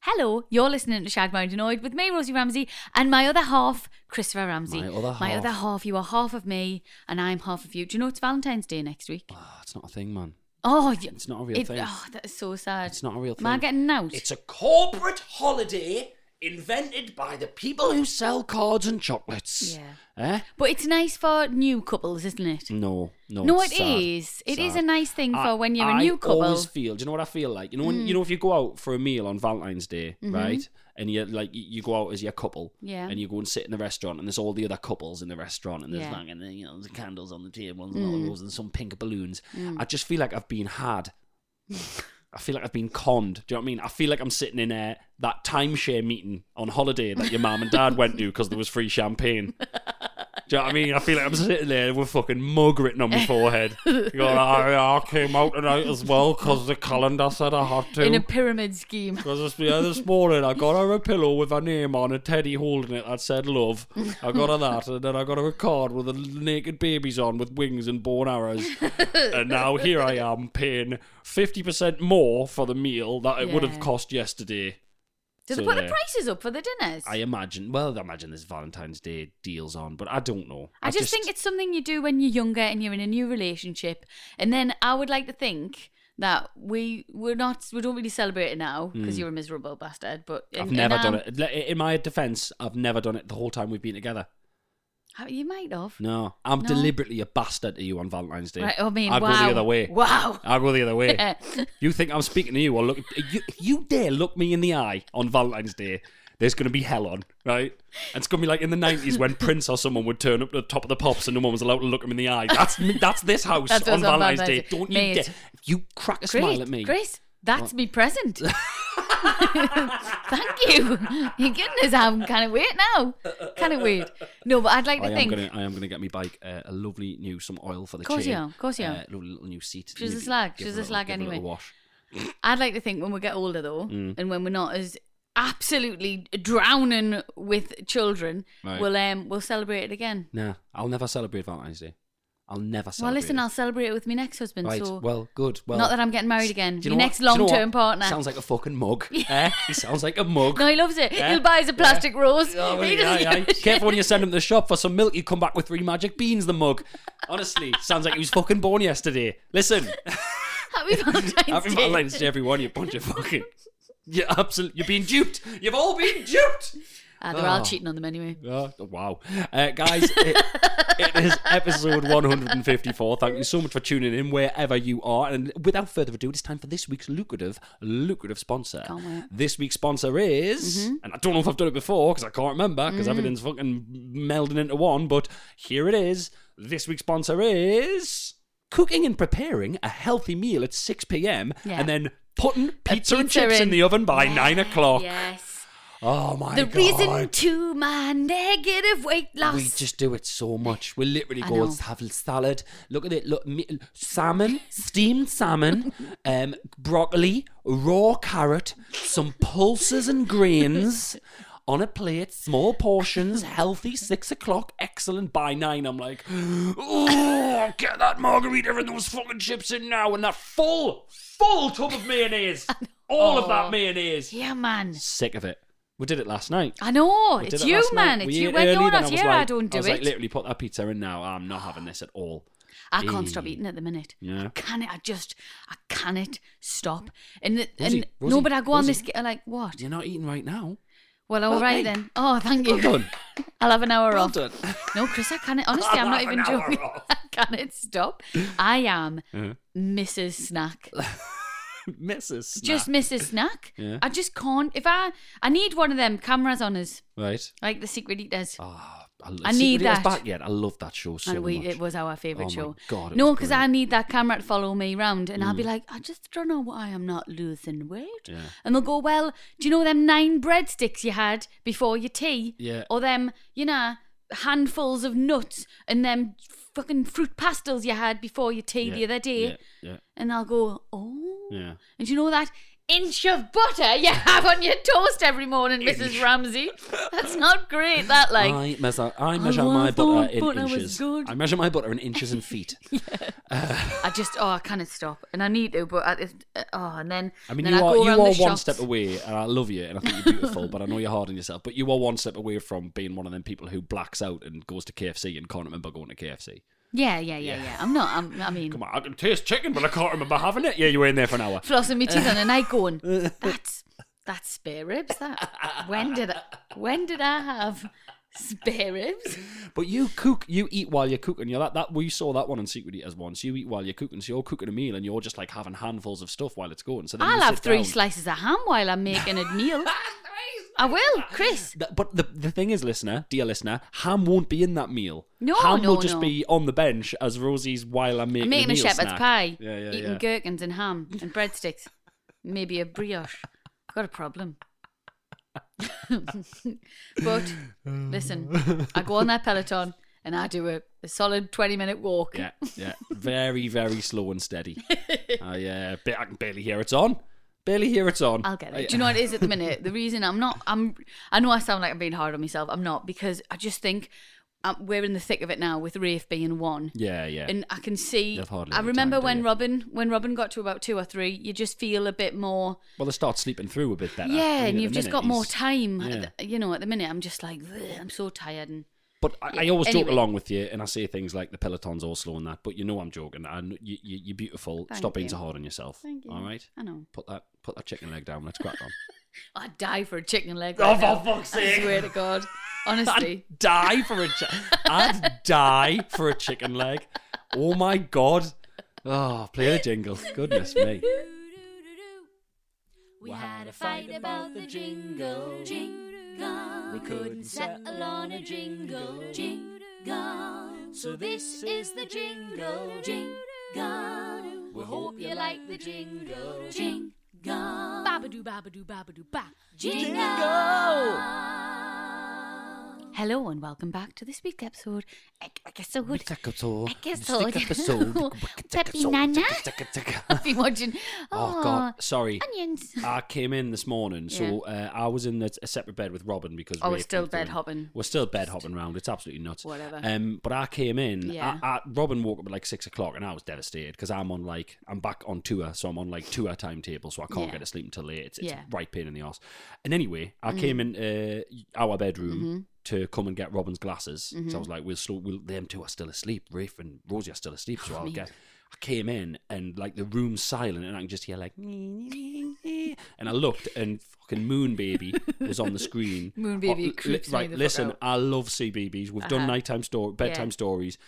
Hello, you're listening to Shag Moundinoid with me, Rosie Ramsey, and my other half, Christopher Ramsey. My other half. half. You are half of me, and I'm half of you. Do you know it's Valentine's Day next week? Ah, it's not a thing, man. Oh, y- It's not a real it- thing. Oh, that is so sad. It's not a real Am I thing. getting out? It's a corporate holiday invented by the people who sell cards and chocolates. Yeah. Eh? But it's nice for new couples, isn't it? No, no. No, it's it sad. is. It is Sad. a nice thing I- for when you're a I new couple. Mm. always feel. Do you know what I feel like? You know, when, you know, if you go out for a meal on Valentine's Day, right? And you like you- you go out as your couple, Mm-hmm. Yeah. And you go and sit in the restaurant, and there's all the other couples in the restaurant, and there's Yeah. Mm. like and then, you know, there's candles on the table, and all the roses, and some pink balloons. I just feel like I've been had. I feel like I've been conned. Do you know what I mean? I feel like I'm sitting in a that timeshare meeting on holiday that your mum and dad went to because there was free champagne. Do you know what I mean? I feel like I'm sitting there with fucking mug written on my forehead. Going, I, I came out tonight as well because the calendar said I had in a to. pyramid scheme. Because this, yeah, this morning I got her a pillow with her name on and Teddy holding it that said love. I got her that, and then I got her a card with the naked babies on with wings and born arrows. and now here I am paying 50% more for the meal that it would have Yeah. cost yesterday. Do they So put the there. prices up for the dinners? I imagine, well, I imagine there's Valentine's Day deals on, but I don't know. I just, think it's something you do when you're younger and you're in a new relationship. And then I would like to think that we we're not we don't really celebrate it now because you're a miserable bastard. But Hmm. I've and- never and done I'm- it. Le- In my defense, I've never done it the whole time we've been together. Oh, You might have. No, I'm No. deliberately a bastard to you on Valentine's Day. Right, I mean, I'll wow. go the other way. Wow. I'll go the other way. Yeah. you think I'm speaking to you? Or look, you, you dare look me in the eye on Valentine's Day? There's going to be hell on, right? And it's going to be like in the 90s when Prince or someone would turn up to the top of the pops and no one was allowed to look him in the eye. That's me- that's this house That's on us on Valentine's Day. Valentine's Day. Don't Mate. you dare. You crack a Great, smile at me. Grace, that's me present. Thank you. Your goodness, I'm kind of weird now. Kind of weird. No, but I'd like to I am think. gonna, I am gonna get me bike uh, a lovely new some oil for the Course you chain. are, course you are. Uh, lovely little new seat. She's a Maybe slag, give she's her a little- slag give her little anyway. wash. I'd like to think when we get older, though, Mm. and when we're not as absolutely drowning with children, Right. we'll um we'll celebrate it again. Nah, I'll never celebrate Valentine's Day. I'll never Well, celebrate. listen, it. I'll celebrate it with my next husband. Right. So well, good. Well, not that I'm getting married again. Do Your know next what? Do you know what? long-term partner. Sounds like a fucking mug. eh? He sounds like a mug. no, he loves it. Yeah. He'll buy us a plastic rose. Oh, He aye, doesn't aye. give a Careful when you send him to the shop for some milk. You come back with three magic beans. The mug. Honestly, sounds like he was fucking born yesterday. Listen, Happy Valentine's happy Day. Valentine's Day, everyone. You bunch of fucking. You're absolutely. You're being duped. You've all been duped. Ah, they're all Oh. cheating on them anyway. Uh, wow. Uh, guys, it, it is episode 154. Thank you so much for tuning in wherever you are. And without further ado, it's time for this week's lucrative, lucrative sponsor. Can't wait. Mm-hmm. This week's sponsor is, and I don't know if I've done it before because I can't remember because everything's fucking melding into one, but here it is. This week's sponsor is cooking and preparing a healthy meal at 6 p.m. Yeah. and then putting pizza, and pizza chips in. in. the oven by 9 o'clock. Yes. Oh my the God. reason to my negative weight loss. We just do it so much. We literally I go know. and have a salad. Look at it. Look, me, salmon, steamed salmon, um, broccoli, raw carrot, some pulses and grains on a plate. Small portions, healthy. Six o'clock, excellent. By nine, I'm like, oh, get that margarita and those fucking chips in now, and that full, full tub of mayonnaise. All of that mayonnaise. yeah, man. Sick of it. We did it last night. I know. We did It's it you, last night. man. We It's you. ate When early, you're then not was here, I like- don't do I was it. like, literally put that pizza in now. I'm not having this at all. I can't stop eating at the minute. Yeah. I can it. I just, I can it stop. And, the, Rosie, and Rosie, no, but I go on Rosie. this. ga- Like what? You're not eating right now. Well, all Well, right hey. then. Oh, thank you. Well done. I'll have an hour Well off. done. No, Chris, I can't. Honestly, I'm not I'll have even an hour joking. off. Uh-huh. I can't stop. I am Mrs. Snack. Mrs. Snack. Just Mrs. Snack. Yeah. I just can't. If I, I need one of them cameras on us, right. like the Secret Eaters. Ah, I, I See, need Rita's that. Back yet. I love that show so and we, much. it was our favourite Oh my show. God, it no, was because I brilliant. need that camera to follow me round, and I'll be like, I just don't know why I'm not losing weight. Yeah. And they'll go, Well, do you know them nine breadsticks you had before your tea? Yeah. Or them, you know, handfuls of nuts and them fucking fruit pastels you had before your tea Yeah, the other day. Yeah, yeah, And I'll go, Oh. yeah. And do you know that inch of butter you have on your toast every morning, Mrs. Ramsey? That's not great. That like. I measure, I I measure my love all butter in butter was inches. good. I measure my butter in inches and feet. I just oh I cannot stop and I need to but I, it- oh and then I mean, then you I are go you around are the one shops. step away, and I love you, and I think you're beautiful, but I know you're hard on yourself. But you are one step away from being one of them people who blacks out and goes to KFC and can't remember going to KFC. Yeah, yeah, yeah, yeah. I'm not. I'm, I mean, Come on, I can taste chicken, but I can't remember having it. Yeah, you were in there for an hour. flossing my teeth on a night going. That's that's spare ribs. That when did I, when did I have spare ribs? But you cook, you eat while you're cooking. You're that, that we saw that one in Secret Eaters once. You eat while you're cooking, so you're cooking a meal and you're just like having handfuls of stuff while it's going. So then I'll you have sit three down. slices of ham while I'm making a meal. I will, Chris. Th- But the the thing is, listener, dear listener, ham won't be in that meal. No, ham no, will just no. be on the bench as Rosie's while I'm making, I'm making a meal shepherd's snack. pie, Yeah, yeah, eating yeah. gherkins and ham and breadsticks, maybe a brioche. Got a problem. but listen, I go on that Peloton and I do a, a solid 20 minute walk. yeah, yeah. Very, very slow and steady. I uh, ba- I can barely hear it's on. Barely hear it's on. I'll get I- it. Do you know what it is at the minute? The reason I'm not, I'm, I know I sound like I'm being hard on myself. I'm not because I just think um we're in the thick of it now with Rafe being one. Yeah, yeah. and I can see. You've hardly I had remember time, do when you? Robin, when Robin got to about two or three, you just feel a bit more. well, they start sleeping through a bit better. I yeah, mean, and at you've the just minute got more he's- time. yeah. At the- You know, at the minute I'm just like, "Ugh, I'm so tired, and But I, I Yeah, always joke anyway. along with you, and I say things like the peloton's all slow and that. But you know I'm joking. And you, you, you're beautiful. Thank Stop being you. so hard on yourself. Thank you. All right. I know. Put that put that chicken leg down. Let's crack on. I'd die for a chicken leg. Oh, right for now. fuck's I sake. swear to God, I'd honestly. die for a chi- I'd die for a chicken leg. Oh my god. Oh, play the jingle. Goodness me. We had a fight about the jingle, jingle. We couldn't settle on a jingle, jingle. So this is the jingle, jingle. We hope you like the jingle, jingle. Babadoo, babadoo, babadoo, ba. Jingle. Hello and welcome back to this week's episode. I, I guess so good. Episode. I guess This so. episode. Peppy Nana. I've been watching. Oh god, sorry. Onions. I came in this morning, so uh, I was in a, a separate bed with Robin because Oh, we're Rafe still was bed doing- hopping. We're still bed hopping round. It's absolutely nuts. Whatever. Um, but I came in. Yeah. I, I, Robin woke up at like six o'clock, and I was devastated because I'm on like I'm back on tour, so I'm on like tour timetable, so I can't Yeah. get to sleep until late. It's, it's Yeah. Mm. a right pain in the ass. And anyway, I came in uh, our bedroom. Mm-hmm. To come and get Robin's glasses, so I was like, "We'll slow. We'll, them two are still asleep. Rafe and Rosie are still asleep, Oh, so I'll get." I came in and like the room's silent, and I can just hear like, and I looked, and fucking Moon Baby was on the screen. Oh, Moon Baby li- creeps me right, the fuck listen, out. I love CBBS. We've done Uh-huh. nighttime story, bedtime Yeah. stories.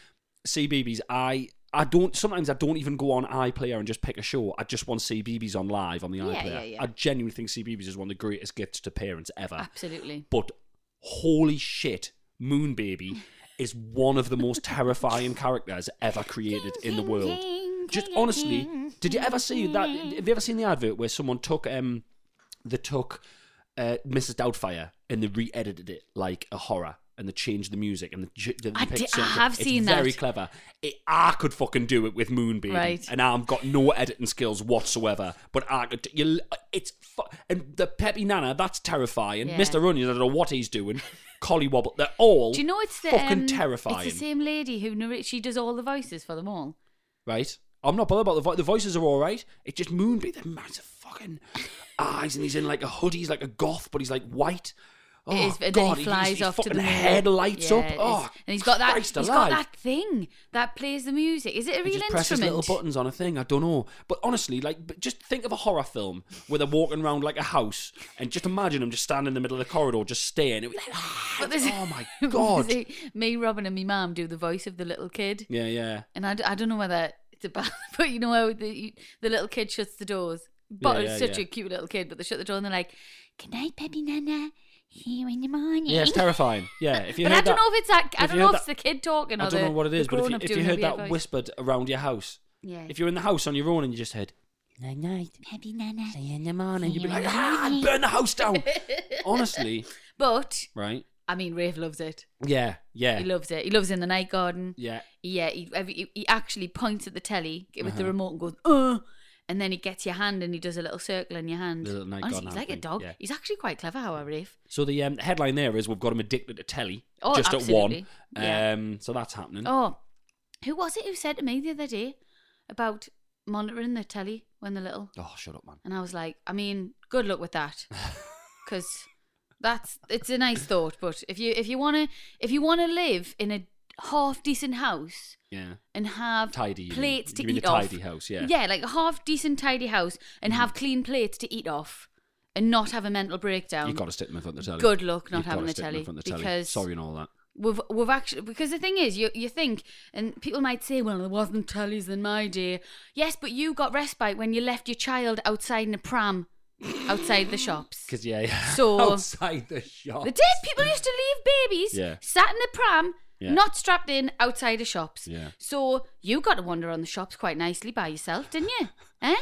CBBS, I. I don't. Sometimes I don't even go on iPlayer and just pick a show. I just want CBBS on live on the Yeah, iPlayer. yeah, yeah. I genuinely think CBBS is one of the greatest gifts to parents ever. Absolutely. But holy shit, Moon Baby is one of the most terrifying characters ever created in the world. Just honestly, did you ever see that? Have you ever seen the advert where someone took um, they took uh, Mrs. Doubtfire and they re-edited it like a horror? And they changed the music, and they, ch- they I picked did- I certain- have it's seen Very that. clever. It, I could fucking do it with Moon Baby, Right. and I've got no editing skills whatsoever. But I could. You, it's fu- and the Peppy Nana. That's terrifying. Yeah. Mr. Onions. I don't know what he's doing. Collie Wobble. They're all. Do you know it's the Oh, fucking um, terrifying? It's the same lady who narr- she does all the voices for them all. right? I'm not bothered about the vo- the voices are all right. It's just Moonbeam, the massive fucking eyes, and he's in like a hoodie. He's like a goth, but he's like white. Oh, it is, and then God, he his- flies his off to the fucking moon. head lights Yeah, up. it is. Oh, and he's got that. He's Christ got alive. that thing that plays the music. Is it a He real just presses instrument? little buttons on a thing. I don't know, but honestly, like, but just think of a horror film where they're walking around like a house, and just imagine them just standing in the middle of the corridor, just staring. It was like, But there's- oh my god! See, me, Robin, and me mum do the voice of the little kid, Yeah, yeah. and I, d- I don't know whether it's about, but you know how the you, the little kid shuts the doors. But yeah, it's such yeah. a cute little kid, but they shut the door and they're like, "Good night, baby Nana. See you in the morning." Yeah, it's terrifying. Yeah, if you but heard I don't that- know if it's that. I if don't you know heard if it's the that- kid talking. Or I don't the, know what it the is, but if you, grown-up if you doing a heard weird that voice. whispered around your house, yeah. if you're in the house on your own and you just heard night night, Happy Nana. in the morning, you'd be like, ah, burn the house down. Honestly, But right? I mean, Rafe loves it. Yeah, yeah, He loves it. He loves in the night garden. yeah. Yeah, he every, he- he actually points at the telly with Uh-huh. the remote and goes, "Uh," and then he gets your hand and he does a little circle in your hand. The little night Honestly, garden he's like a hand thing, dog. yeah. He's actually quite clever, how are Rafe? So the um, headline there is we've got him addicted to telly Oh, just absolutely. at one. Yeah. Um, so that's happening. Oh, who was it who said to me the other day about monitoring the telly when they're little? Oh, shut up, man. And I was like, I mean, good luck with that, because that's it's a nice thought, but if you if you wanna if you wanna live in a half decent house Yeah. and have Tidy, you mean. plates to You mean a eat off. tidy house, yeah. Mm. Yeah, like a half decent tidy house and have clean plates to eat off and not have a mental breakdown. You've got to stick them in front of the telly. Um, Good luck not You've having got to a stick them telly, in front of the telly. because- Sorry and all that. We've we've actually because the thing is you you think and people might say well there wasn't tellies in my day yes but you got respite when you left your child outside in a pram outside the shops Because, yeah, yeah. So- Outside the shop. the dead people used to leave babies Yeah. sat in the pram Yeah. not strapped in outside of shops Yeah. so you got to wander on the shops quite nicely by yourself didn't you eh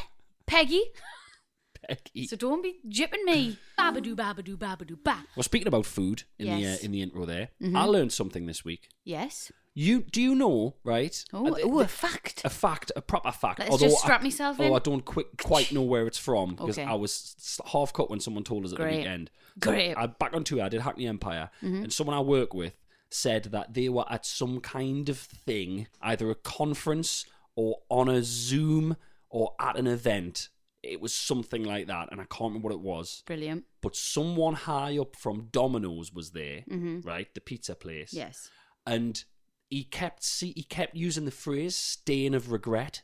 Peggy Peggy. so don't be jipping me Babadoo, babadoo, babadoo, ba. Well, speaking about food in Yes. Mm-hmm. the uh, in the intro there, I learned something this week. yes You do you know right? oh, Uh, the- ooh, the- a fact a fact, a proper fact. Let's although just strap I, myself oh, in. I don't quick, quite know where it's from because Okay. I was s- half cut when someone told us at Great. the weekend. Great. Mm-hmm. I back on two. I did Hackney Empire, and someone I work with said that they were at some kind of thing, either a conference or on a Zoom or at an event. It was something like that, and I can't remember what it was. brilliant But someone high up from Domino's was there, right? The pizza place Mm-hmm. yes and he kept see, he kept using the phrase "stain of regret,"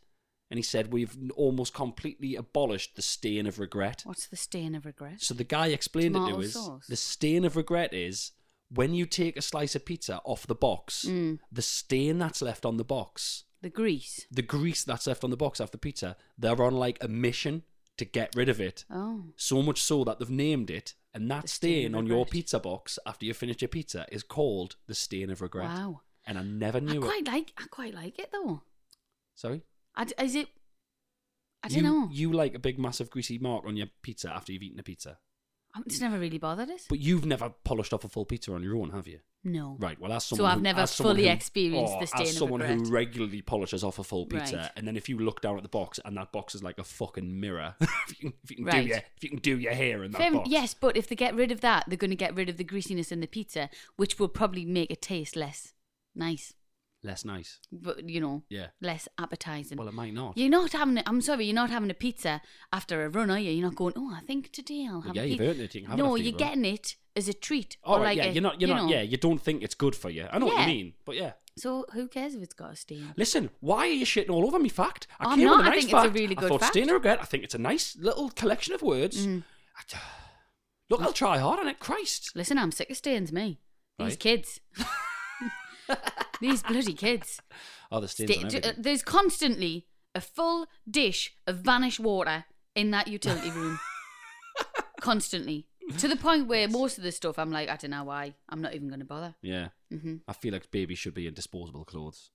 and he said we've almost completely abolished the stain of regret. what's the stain of regret So the guy explained it Tomato to us: sauce. the stain of regret is when you take a slice of pizza off the box, Mm. the stain that's left on the box, the grease the grease that's left on the box after pizza, they're on like a mission to get rid of it. oh So much so that they've named it, and that The stain stain of on your regret. pizza box after you finish your pizza is called the stain of regret. Wow. And I never I knew it. quite like I quite like it though. Sorry? I d is it? I don't you, know. You like a big, massive, greasy mark on your pizza after you've eaten a pizza. I'm- Um, it's never really bothered us. But you've never polished off a full pizza on your own, have you? No. Right. Well, as So someone I've who- never as someone fully who- experienced oh, the stain as of someone regret. who regularly polishes off a full pizza, Right. and then if you look down at the box and that box is like a fucking mirror, if you can, if you can Right. do your if you can do your hair in that Fair en- box, yes, but if they get rid of that, they're going to get rid of the greasiness in the pizza, which will probably make it taste less nice. less nice. But you know, Yeah. less appetizing. Well, it might not. you're not having. A, I'm sorry, you're not having a pizza after a run, are you? You're not going. Oh, I think today I'll have. yeah, a you've pizza." earned it, you can have it no, after you're your run. getting it as a treat. All or right. like yeah. a- you're not. You're you not. know. Yeah. You don't think it's good for you. I know Yeah. what you mean. But yeah. So who cares if it's got a stain? Listen, why are you shitting all over me? Fact. I I'm came not. With a I nice think it's a fact. really I good thought fact. Mm. stain and regret. I think it's a nice little collection of words. I t- Look, I'll try hard on it. Christ. Listen, I'm sick of stains, me. These Right. kids. These bloody kids. Oh, the stains Sta- on d- everything. uh, there's constantly a full dish of vanished water in that utility room. constantly. To the point where most of the stuff I'm like, I don't know why. I'm not even going to bother. Yeah. hmm I feel like babies should be in disposable clothes.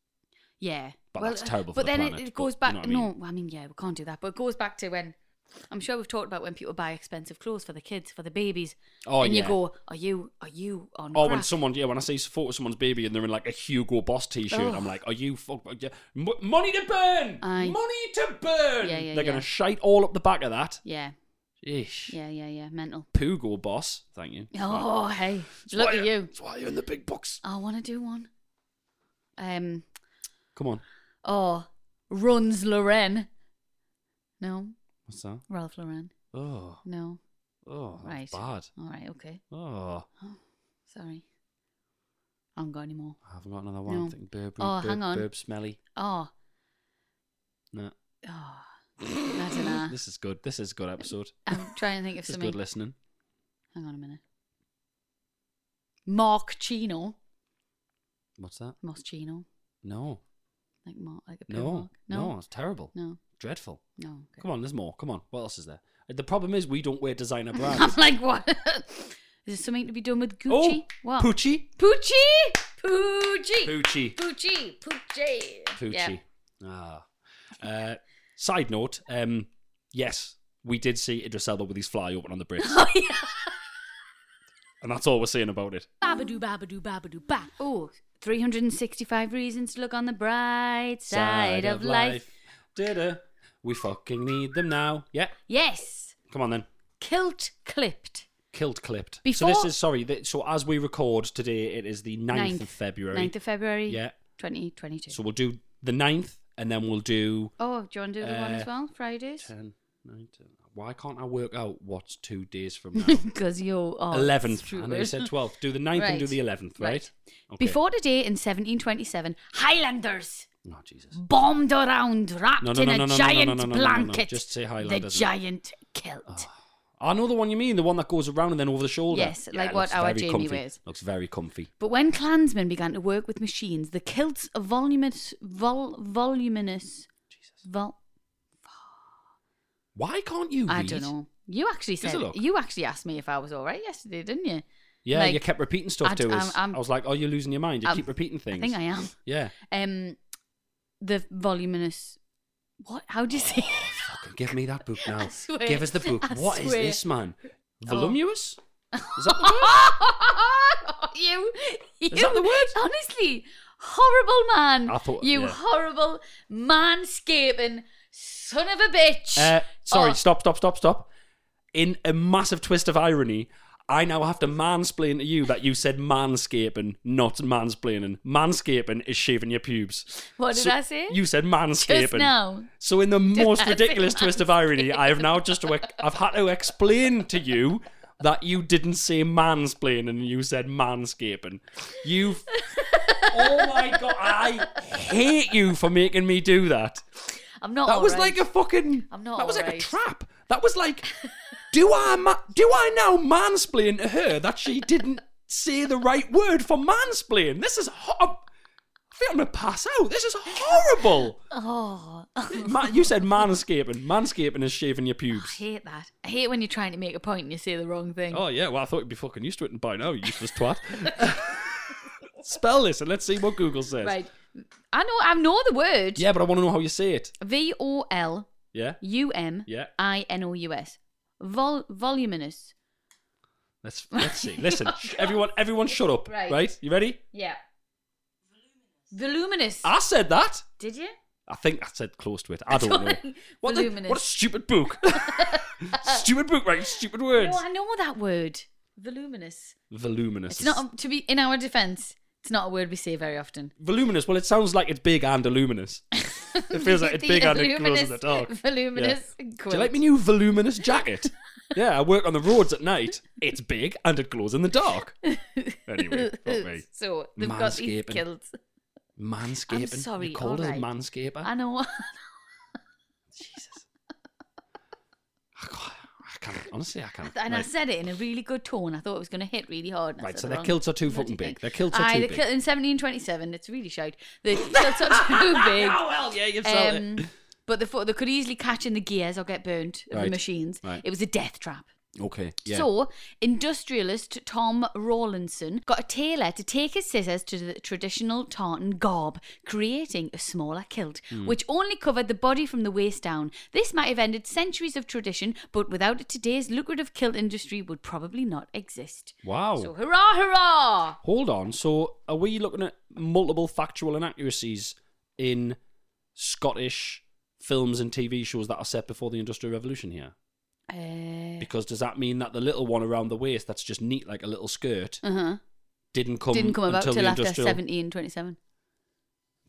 Yeah. uh, But that's terrible for But the then planet, it, it but goes you back. know what I mean. No, I mean, yeah, we can't do that. But it goes back to when. I'm sure we've talked about when people buy expensive clothes for the kids, for the babies. Oh, and yeah. you go, are you, are you on Oh, when crack?" someone, yeah, when I see a photo of someone's baby and they're in like a Hugo Boss T-shirt, Ugh. I'm like, "Are you fuck? yeah, m- money to burn, Aye. money to burn." Yeah, yeah, they're yeah. gonna shite all up the back of that. Yeah. Ish. Yeah, yeah, yeah. Mental. Pugo Boss, thank you. Oh, hey. Look Why- at you. Uh. Oh, That's why you're in the big box. I want to do one. Um. Come on, Oh, runs Loren. No, what's that? Ralph Lauren. Oh. No, Oh, right. that's bad. All right. Okay. Oh, Sorry. I haven't got any more. I haven't got another one. No. I'm thinking Burberry. Oh, Bur- hang on. Burb smelly. Oh. No. Oh. I don't know. This is good. This is a good episode. I'm trying to think of This is good something. listening. Hang on a minute. Mark Chino. What's that? Moschino. No. Like Mark. Like a pure No. Mark. No. No. It's terrible. No. Dreadful. No. okay. Come on, there's more. Come on. What else is there? The problem is we don't wear designer brands. like what? Is there something to be done with Gucci? oh, what? Poochie. Poochie. Poochie. Poochie. Poochie. Poochie. Yeah. Poochie. Ah. Uh, side note. Um, yes, we did see Idris Elba with his fly open on the bricks. Oh yeah. and that's all we're saying about it. Babadoo, babadoo, babadoo, ba. Oh, 365 reasons to look on the bright side, of, life. Did We fucking need them now. Yeah. Yes. Come on then. Kilt clipped. Killed clipped. Before- So this is sorry. Th- so as we record today, it is the 9th, of February. 9th of February. Yeah. 2022. So we'll do the 9th and then we'll do oh, do you want to do the one Uh, as well? Fridays? 10, 9, 10. Why can't I work out what's two days from now? Because you're. Oh, 11th. Stuart. I know you said 12th. Do the 9th and do Right. the 11th, right? Right. Okay. Before the day in 1727, Highlanders Oh, Jesus. bombed around wrapped No, no, in no, a no, no, no, no, giant no, no, no, no, no. blanket. Just say The Highlanders. Ah. giant kilt. I know the one you mean, the one that goes around and then over the shoulder. Yes, like it what looks our very Jamie comfy. wears. Looks very comfy. But when clansmen began to work with machines, the kilt's voluminous, vol, voluminous, vol, Why can't you I read? don't know. You actually Does it said look? you actually asked me if I was all right yesterday, didn't you? Yeah, Like, you kept repeating stuff I d- to us. I'm- I'm- I was like, oh, you're losing your mind. You I'm- keep repeating things. I think I am. Yeah. Um, the voluminous. What? How do you say? Oh, Fucking give me that book now. I swear. Give us the book. I What is swear. this, man? Oh. Voluminous? Is that the word? you, you, Is that the word? Honestly, horrible man. I thought- you yeah. horrible manscaping son of a bitch. Uh, sorry, Oh. stop, stop, stop, stop. In a massive twist of irony, I now have to mansplain to you that you said manscaping, not mansplaining. Manscaping is shaving your pubes. What did So I say? You said manscaping. Just now. So, in the most I say ridiculous twist of irony, I have now just to, I've had to explain to you that you didn't say mansplaining and you said manscaping. You. oh my god! I hate you for making me do that. I'm not. That was alright. like a fucking. I'm not That was like a alright. trap. That was like, do I ma- do I now mansplain to her that she didn't say the right word for mansplain? This is hot. I think I'm gonna pass out. This is horrible. Oh, I Ma- you said manscaping. Manscaping is shaving your pubes. hate that. I hate when you're trying to make a point and you say the wrong thing. Oh yeah, well I thought you'd be fucking used to it by now, you useless twat. Spell this and let's see what Google says. right. I know. I know the word. Yeah, but I want to know how you say it. V O L Yeah, U M yeah. I N O U S. Vol- voluminous. Let's let's see. Listen, sh- everyone, everyone, shut up. Right. right? You ready? Yeah. Voluminous. I said that. Did you? I think I said close to it. Ah. I don't know. What, the, Voluminous. what a stupid book. stupid book, right? Stupid words. No, I know that word. Voluminous. Voluminous. It's not to be in our defence. It's not a word we say very often. Voluminous. Well, it sounds like it's big and illuminous. It feels like it's The big and it glows in voluminous- the dark. Voluminous. Do you like my new voluminous jacket? yeah, I work on the roads at night. It's big and it glows in the dark. Anyway, fuck me. So they've got these Manscaping. kilts. Manscaping. You sorry, called us a alright. manscaper. I know. Jesus. I can't, I can't, honestly, I can't. And I right. said it in a really good tone. I thought it was going to hit really hard. and I Right, said so the their wrong kilts are too bloody fucking thing. big. Their kilts are Aye, too the big. kil- in 1727, it's really shout. The kilts are too big. Oh, well, yeah, you've sold it. Um, but the fo- they could easily catch in the gears or get burnt of Right, the machines. right. It was a death trap. Um, Okay. Yeah. So, industrialist Tom Rawlinson got a tailor to take his scissors to the traditional tartan garb, creating a smaller kilt, Hmm. which only covered the body from the waist down. This might have ended centuries of tradition, but without it, today's lucrative kilt industry would probably not exist. wow. So, hurrah, hurrah! Hold on. So are we looking at multiple factual inaccuracies in Scottish films and TV shows that are set before the Industrial Revolution here? Uh Because does that mean that the little one around the waist that's just neat like a little skirt huh. didn't come Uh-huh. Didn't come about until till the after industrial 1727.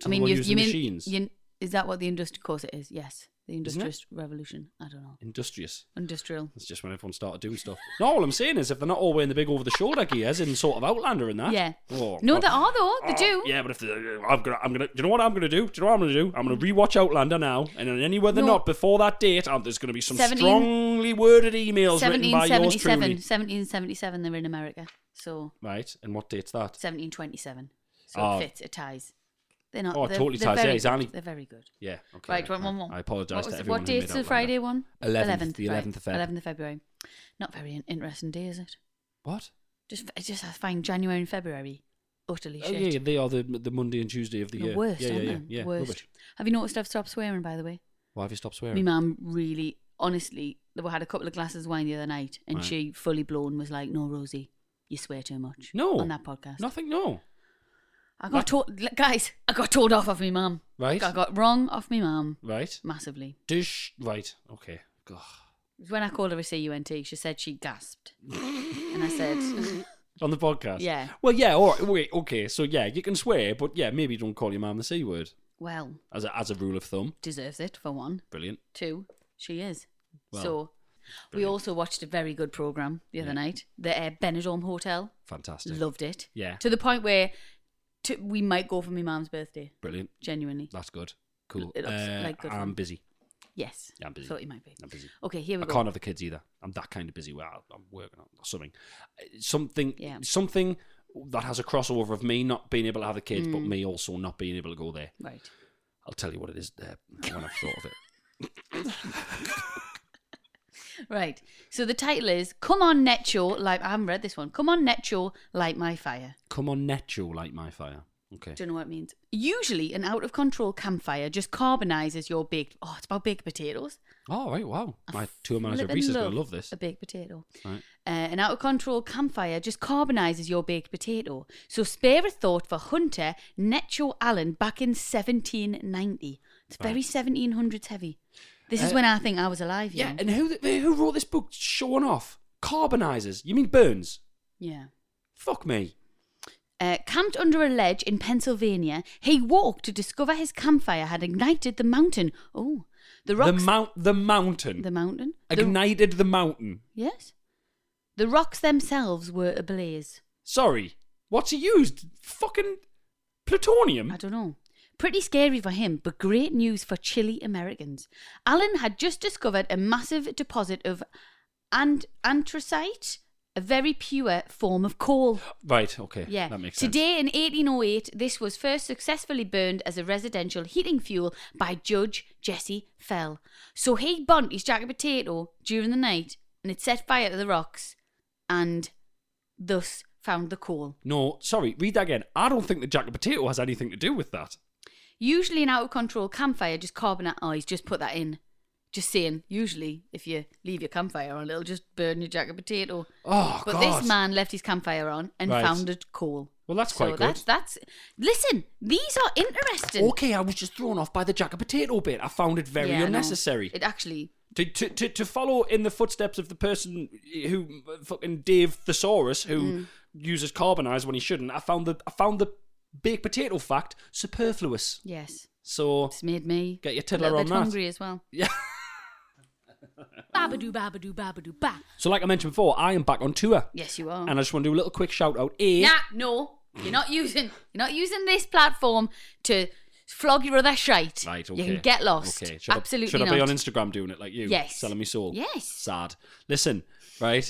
till they were using machines? you- is that what the industrial course it is? Yes. The Isn't it? Industrial Revolution. I don't know. Industrious. Industrial. That's just when everyone started doing stuff. No, all I'm saying is if they're not all wearing the big over the shoulder gears in sort of Outlander and that. Yeah. Oh, no, God. they are though. They do. Yeah, but if the, I'm gonna, I'm gonna, do you know what I'm gonna do? Do you know what I'm gonna do? I'm gonna rewatch Outlander now, and then anywhere they're No. not before that date, um, there's gonna be some 17 strongly worded emails written by yours 1777. truly. 1777. They're in America. So Right, and what date's that? 1727. So Oh. it fits. It ties. They're not. Oh, it they're, totally they're ties, yeah, Very it's only- good. They're very good. Yeah. Okay. Right, I, one, one, one. I apologise What to was- everyone. What who made date's the Outlander. Friday one? 11th, the right. 11th of Feb. 11th of February. Not very in- interesting day, is it? What? Just, I just I find January and February utterly Oh, shit. yeah, yeah, they are the the Monday and Tuesday of the They're year. worst, yeah, yeah, aren't yeah, they? yeah. worst. Rubbish. Have you noticed I've stopped swearing, by the way? Why have you stopped My swearing? mum really, honestly, we had a couple of glasses of wine the other night, and Right. she fully blown was like, "No, Rosie, you swear too much." No. on that podcast, Nothing. No. I got told, li- guys, I got told off of me mum. Right. I got wrong off me mum Right. massively. Dish. Right. Okay. Ugh. When I called her a cunt, she said she gasped, and I said, On the podcast. Yeah. Well, yeah. All right. Wait. Okay. So yeah, you can swear, but yeah, maybe don't call your mum the c word "Well, as a, as a rule of thumb. deserves it for one, Brilliant. two, she is." Well, so. We brilliant. also watched a very good program the other Yeah. night, the uh, Benidorm Hotel. Fantastic. Loved it. Yeah. To the point where to, we might go for my mum's birthday. Brilliant. Genuinely. That's good. Cool. It looks Uh, like good I'm fun. busy. Yes. Yeah, I'm busy. Thought you might be. I'm busy. Okay, here we I go. can't have the kids either. I'm that kind of busy where I- I'm working on something. Uh, Something Yeah. something that has a crossover of me not being able to have the kids, Mm. but me also not being able to go there. Right. I'll tell you what it is uh, when I've thought of it. Right. So the title is Come on Necho Light I haven't read this one. Come on Necho Light My Fire. Come on, Necho, light my fire. Okay. Don't know what it means. Usually an out of control campfire just carbonizes your baked oh, it's about baked potatoes. All Oh, right. Wow. I My tour manager flippin' Reese is going to love this. A baked potato. Right. Uh, an out of control campfire just carbonizes your baked potato. So spare a thought for Hunter Necho Allen back in 1790. It's very 1700s heavy. This is Uh, when I think I was alive. you Yeah. know? And who who wrote this book? Showing off carbonizers. You mean Burns? yeah. Fuck me. Uh, camped under a ledge in Pennsylvania, he walked to discover his campfire had ignited the mountain. Oh, the The rocks. mount. The mountain. the mountain. The- Ignited the mountain. yes. The rocks themselves were ablaze. Sorry. What's he used? Fucking plutonium. I don't know. Pretty scary for him, but great news for Chile Americans. Allen had just discovered a massive deposit of and- anthracite, a very pure form of coal. Right. Okay. Yeah. That makes sense. Today in 1808, this was first successfully burned as a residential heating fuel by Judge Jesse Fell. So he burnt his jacket potato during the night and it set fire to the rocks and thus found the coal. No, sorry. Read that again. I don't think the jacket potato has anything to do with that. Usually an out of control campfire just carbonate. Oh, he's just put that in. Just saying, usually if you leave your campfire on, it'll just burn your jacket potato. Oh But God. this man left his campfire on and Right. found a coal. Well, that's quite so That's, good. that's listen. These are interesting. Okay, I was just thrown off by the jacket potato bit. I found it very Yeah, I know. unnecessary. It actually, To, to, to, to follow in the footsteps of the person who fucking Dave Thesaurus who uses carbonize when he shouldn't, I found the I found the baked potato fact superfluous. yes, So it's made me Get your a tiddler little on bit that. hungry as well. yeah. Babadoo, babadoo, babadoo, ba. So like I mentioned before, I am back on tour. Yes, you are. And I just want to do a little quick shout out. A yeah, no, you're not using. You're not using this platform to flog your other shite. Right, okay. You can get lost. Okay, should Absolutely I, should not. I be on Instagram doing it like you? Yes. Selling me soul. Yes. Sad. Listen, right?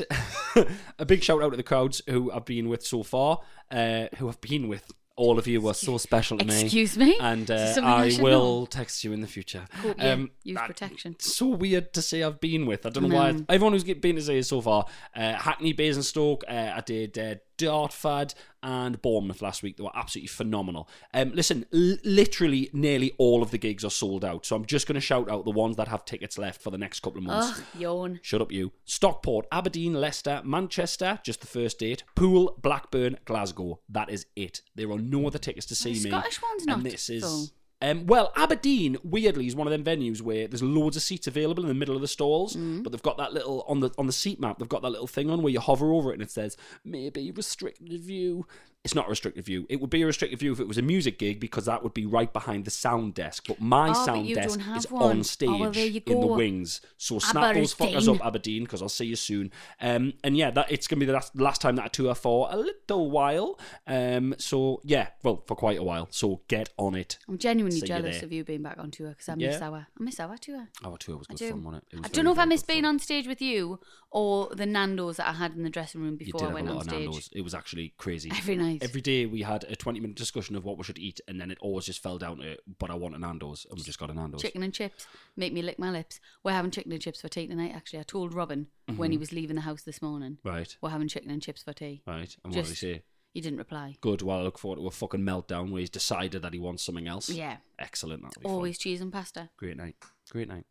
a big shout out to the crowds who I've been with so far, uh, who I've been with. All of you are so special to me. Excuse me? And Is this uh, something I I should will text you in the future. Um, Cool, yeah, use that- protection. it's so weird to say I've been with. I don't know why. Everyone who's get- been to say it so far. Uh, Hackney, Basingstoke. Uh, I did uh, Dartford and Bournemouth last week. They were absolutely phenomenal. Um, listen, l- literally nearly all of the gigs are sold out. So I'm just going to shout out the ones that have tickets left for the next couple of months. Ugh, yawn. Shut up, you. Stockport, Aberdeen, Leicester, Manchester, just the first eight. Poole, Blackburn, Glasgow. That is it. There are no other tickets to see The me. Scottish one's not and this is. full. Um, well, Aberdeen weirdly is one of them venues where there's loads of seats available in the middle of the stalls, Mm. but they've got that little on the on the seat map. They've got that little thing on where you hover over it and it says maybe restricted view. It's not a restricted view. It would be a restricted view if it was a music gig because that would be right behind the sound desk. But my Oh, but sound you desk don't have is one. on stage Oh, well, there you in the go. wings. So snap those fuckers Aberdeen. up, Aberdeen, because I'll see you soon. Um, and yeah, that it's gonna be the last last time that I tour for a little while. Um, so yeah, well, for quite a while. So get on it. I'm genuinely See you jealous there. of you being back on tour because I miss Yeah. our I miss our tour. Our Oh, tour was I good do. fun, wasn't it? it was I very, don't know if I very miss good fun. being on stage with you or the Nando's that I had in the dressing room You before did I have went a on lot of stage. Nando's. It was actually crazy. Every night. Every day we had a 20 minute discussion of what we should eat, and then it always just fell down to, but I want a Nando's, and we just got a Nando's. Chicken and chips make me lick my lips. We're having chicken and chips for tea tonight. Actually, I told Robin when he was leaving the house this morning. Mm-hmm. Right, We're having chicken and chips for tea. right. And what did he Just- say? You didn't reply. Good. Well, I look forward to a fucking meltdown where he's decided that he wants something else. Yeah. Excellent. That'll be fun. Always cheese and pasta. Great night. Great night.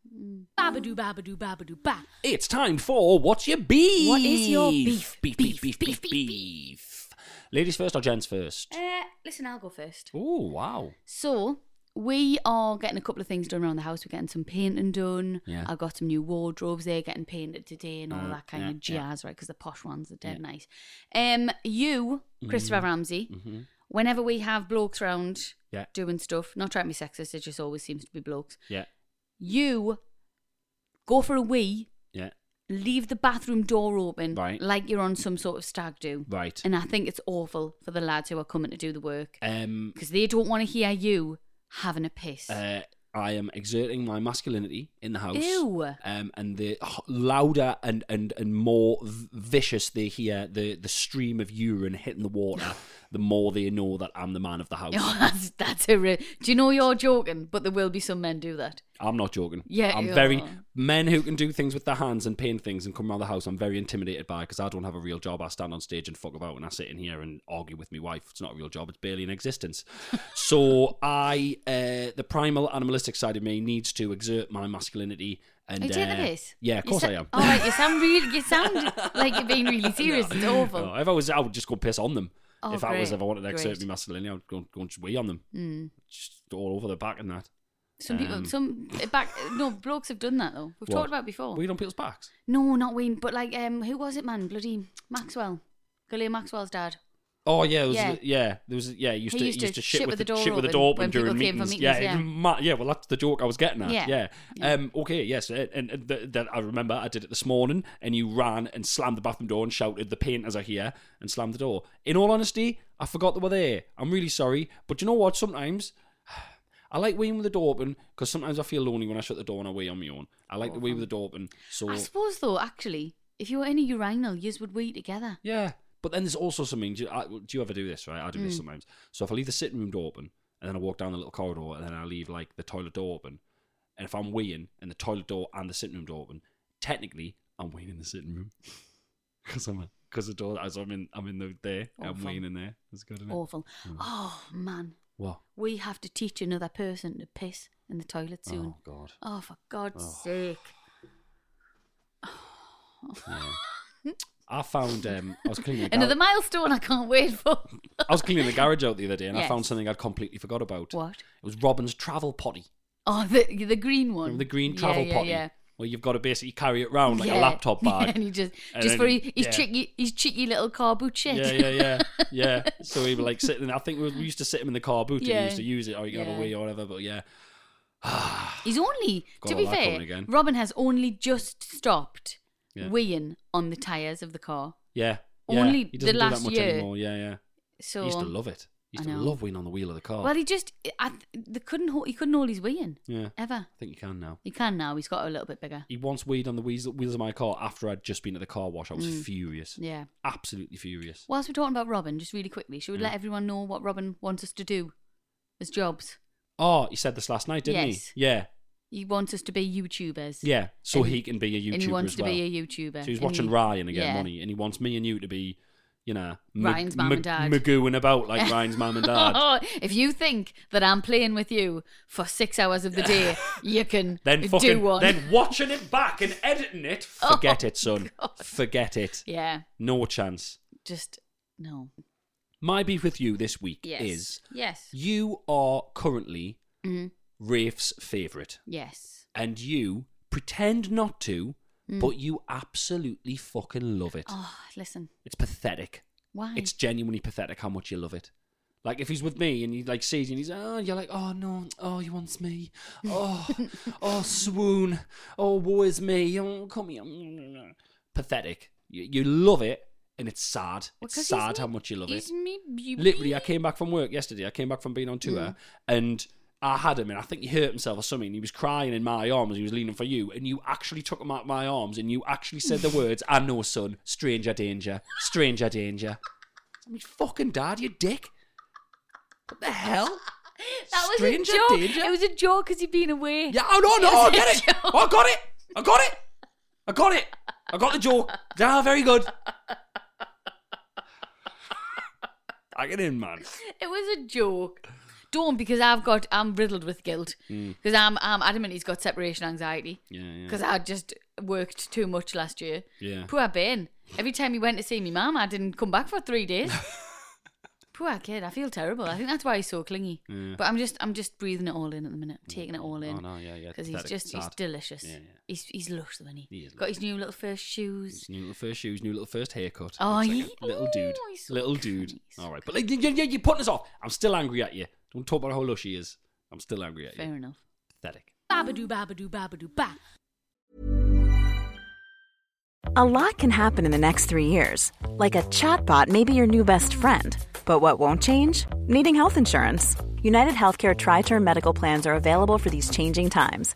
Babadoo, babadoo, babadoo, ba. It's time for What's Your Beef? What is your beef? Beef, beef, beef, beef, beef. Ladies first or gents first? Uh, listen, I'll go first. Oh, wow. So we are getting a couple of things done around the house. We're getting some painting done. Yeah. I've got some new wardrobes there getting painted today and all Uh, that kind yeah, of yeah. jazz, right? Because the posh ones are dead nice. Um, you, Mm-hmm. Christopher Ramsey, whenever we have blokes round Yeah. doing stuff, not trying to be sexist, it just always seems to be blokes. Yeah. You go for a wee, Yeah. leave the bathroom door open, Right. like you're on some sort of stag do. Right. And I think it's awful for the lads who are coming to do the work Um, because they don't want to hear you having a piss. uh, I am exerting my masculinity in the house. Ew. Um, and the h- louder and, and, and more v- vicious they hear the, the stream of urine hitting the water, the more they know that I'm the man of the house. Oh, that's that's a re- Do you know you're joking? But there will be some men do that. I'm not joking. Yeah, I'm you very are. men who can do things with their hands and paint things and come around the house. I'm very intimidated by because I don't have a real job. I stand on stage and fuck about, and I sit in here and argue with my wife. It's not a real job. It's barely in existence. so I, uh, the primal animalistic side of me, needs to exert my masculinity. And Are you taking uh, the piss? Yeah, of You Oh, course sa- I am. All right, you sound really, you sound like you're being really serious. It's awful. No, if I was, I would just go piss on them. Oh, if I was, great, if I wanted to exert great. Hmm. my masculinity, I would go, go and just wee on them, just all over the back and that. Some people, Um, some eh, back, no blokes have done that though. We've What? talked about it before. Weed on people's backs. No, not Wayne, but like, um, who was it, man? Bloody Maxwell, Gillian Maxwell's dad. Oh yeah, it was, Yeah. yeah, There was yeah. Used He to, used to, shit, with the, door shit with the open when door open during people came for meetings, meetings. Yeah, yeah. yeah. Ma- yeah. Well, that's the joke I was getting at. Yeah. Yeah. Um. Okay. Yes. uh, And, and th- that I remember I did it this morning, and you ran and slammed the bathroom door and shouted, "The painters are here!" and slammed the door. In all honesty, I forgot they were there. I'm really sorry, but you know what? Sometimes. I like weeing with the door open because sometimes I feel lonely when I shut the door and I wee on my own. I like to wee with the door open. So Oh, I suppose though, actually, if you were in a urinal, yous would wee together. yeah, but then there's also something. Do you, I, do you ever do this? Right, I do this Hmm. sometimes. So if I leave the sitting room door open and then I walk down the little corridor and then I leave like the toilet door open, and if I'm weeing and the toilet door and the sitting room door open, technically I'm weeing in the sitting room because I'm because the door as I'm in I'm in the there I'm Awful. weeing in there. That's good. Isn't it? Awful. Oh man, What? we have to teach another person to piss in the toilet soon. Oh God. Oh, for God's Oh. sake. I found um I was cleaning the gar- Another milestone I can't wait for. I was cleaning the garage out the other day and I Yes. found something I'd completely forgot about. What? It was Robin's travel potty. Oh, the the green one. Remember the green Yeah, travel yeah, potty Yeah. where you've got to basically carry it round like Yeah. a laptop bag. and he just And just then for he- his, his yeah. cheeky his cheeky little car boot shit. Yeah, yeah, yeah, yeah. So we were like sitting. I think we we used to sit him in the car boot. and Yeah. We used to use it, or you can have Yeah. a wee or whatever. But yeah, He's only Got to all be that fair. going again. Robin has only just stopped Yeah. weeing on the tires of the car. yeah, yeah. Only the he doesn't do last that much year. anymore. Yeah, yeah. So he used to love it. He used I to know. love being on the wheel of the car. well, he just I, they couldn't ho- he couldn't hold his weeing yeah, I ever. think you can now. He can now. He's got a little bit bigger. He once weed on the wheels, wheels of my car after I'd just been at the car wash. I was Mm. furious, Yeah. absolutely furious. Whilst we're talking about Robin, just really quickly, should we let Yeah. everyone know what Robin wants us to do as jobs? Oh, he said this last night, didn't Yes. he? Yeah, He wants us to be YouTubers. yeah. So And- he can be a YouTuber and he wants as well. to be a YouTuber. So he's And watching he- Ryan again, yeah. wasn't he? And he wants me and you to be, you know, Ryan's mum and dad. Oh, magooing about like Ryan's mum and dad. if you think that I'm playing with you for six hours of the day, you can Then do fucking, one. Oh, then watching it back and editing it. Forget it, son. Forget it. yeah, No chance. just no. My beef with you this week Yes. is yes. you are currently Mhm. Rafe's favourite, Yes. and you pretend not to, but you absolutely fucking love it. Mm. Oh, listen. It's pathetic. Why? It's genuinely pathetic how much you love it. Like if he's with me and he like sees you and he's oh you're like oh no oh he wants me oh oh swoon oh woe is me oh come here pathetic you, you love it and it's sad Well, 'cause it's he's sad me- how much you love it he's me beauty. literally I came back from work yesterday I came back from being on tour and I had him and I think he hurt himself or something he was crying in my arms he was leaning for you and you actually took him out of my arms and you actually said the words I know son stranger danger stranger danger I mean fucking dad you dick what the hell That was Stranger a joke. danger? It was a joke because you've been away. yeah oh no no I It was a get it Oh, joke. I got it I got it I got it I got the joke ah very good I get in man It was a joke. Don't because I've got I'm riddled with guilt because I'm I'm adamant he's got separation anxiety Mm. yeah yeah because I just worked too much last year. Yeah. Poor Ben. Every time he went to see me mum, I didn't come back for three days. Poor kid. I feel terrible. I think that's why he's so clingy. But I'm just I'm just breathing it all in at the minute, taking it all in. Oh, no, yeah, yeah, Because he's pathetic, just he's sad. delicious. Yeah, yeah. He's he's lush, isn't he? He is got his new little first shoes. His new little first shoes, new little first haircut. Oh, Looks he- a little dude, oh, he's so little dude. All right, but like, yeah, yeah, you're putting us off. I'm still angry at you. Don't talk about how lush he is. I'm still angry at Fair you. enough. Pathetic. Babadoo, babadoo, babadoo, ba. A lot can happen in the next three years. Like a chatbot may be your new best friend. But what won't change? Needing health insurance. United Healthcare Tri Term Medical Plans are available for these changing times.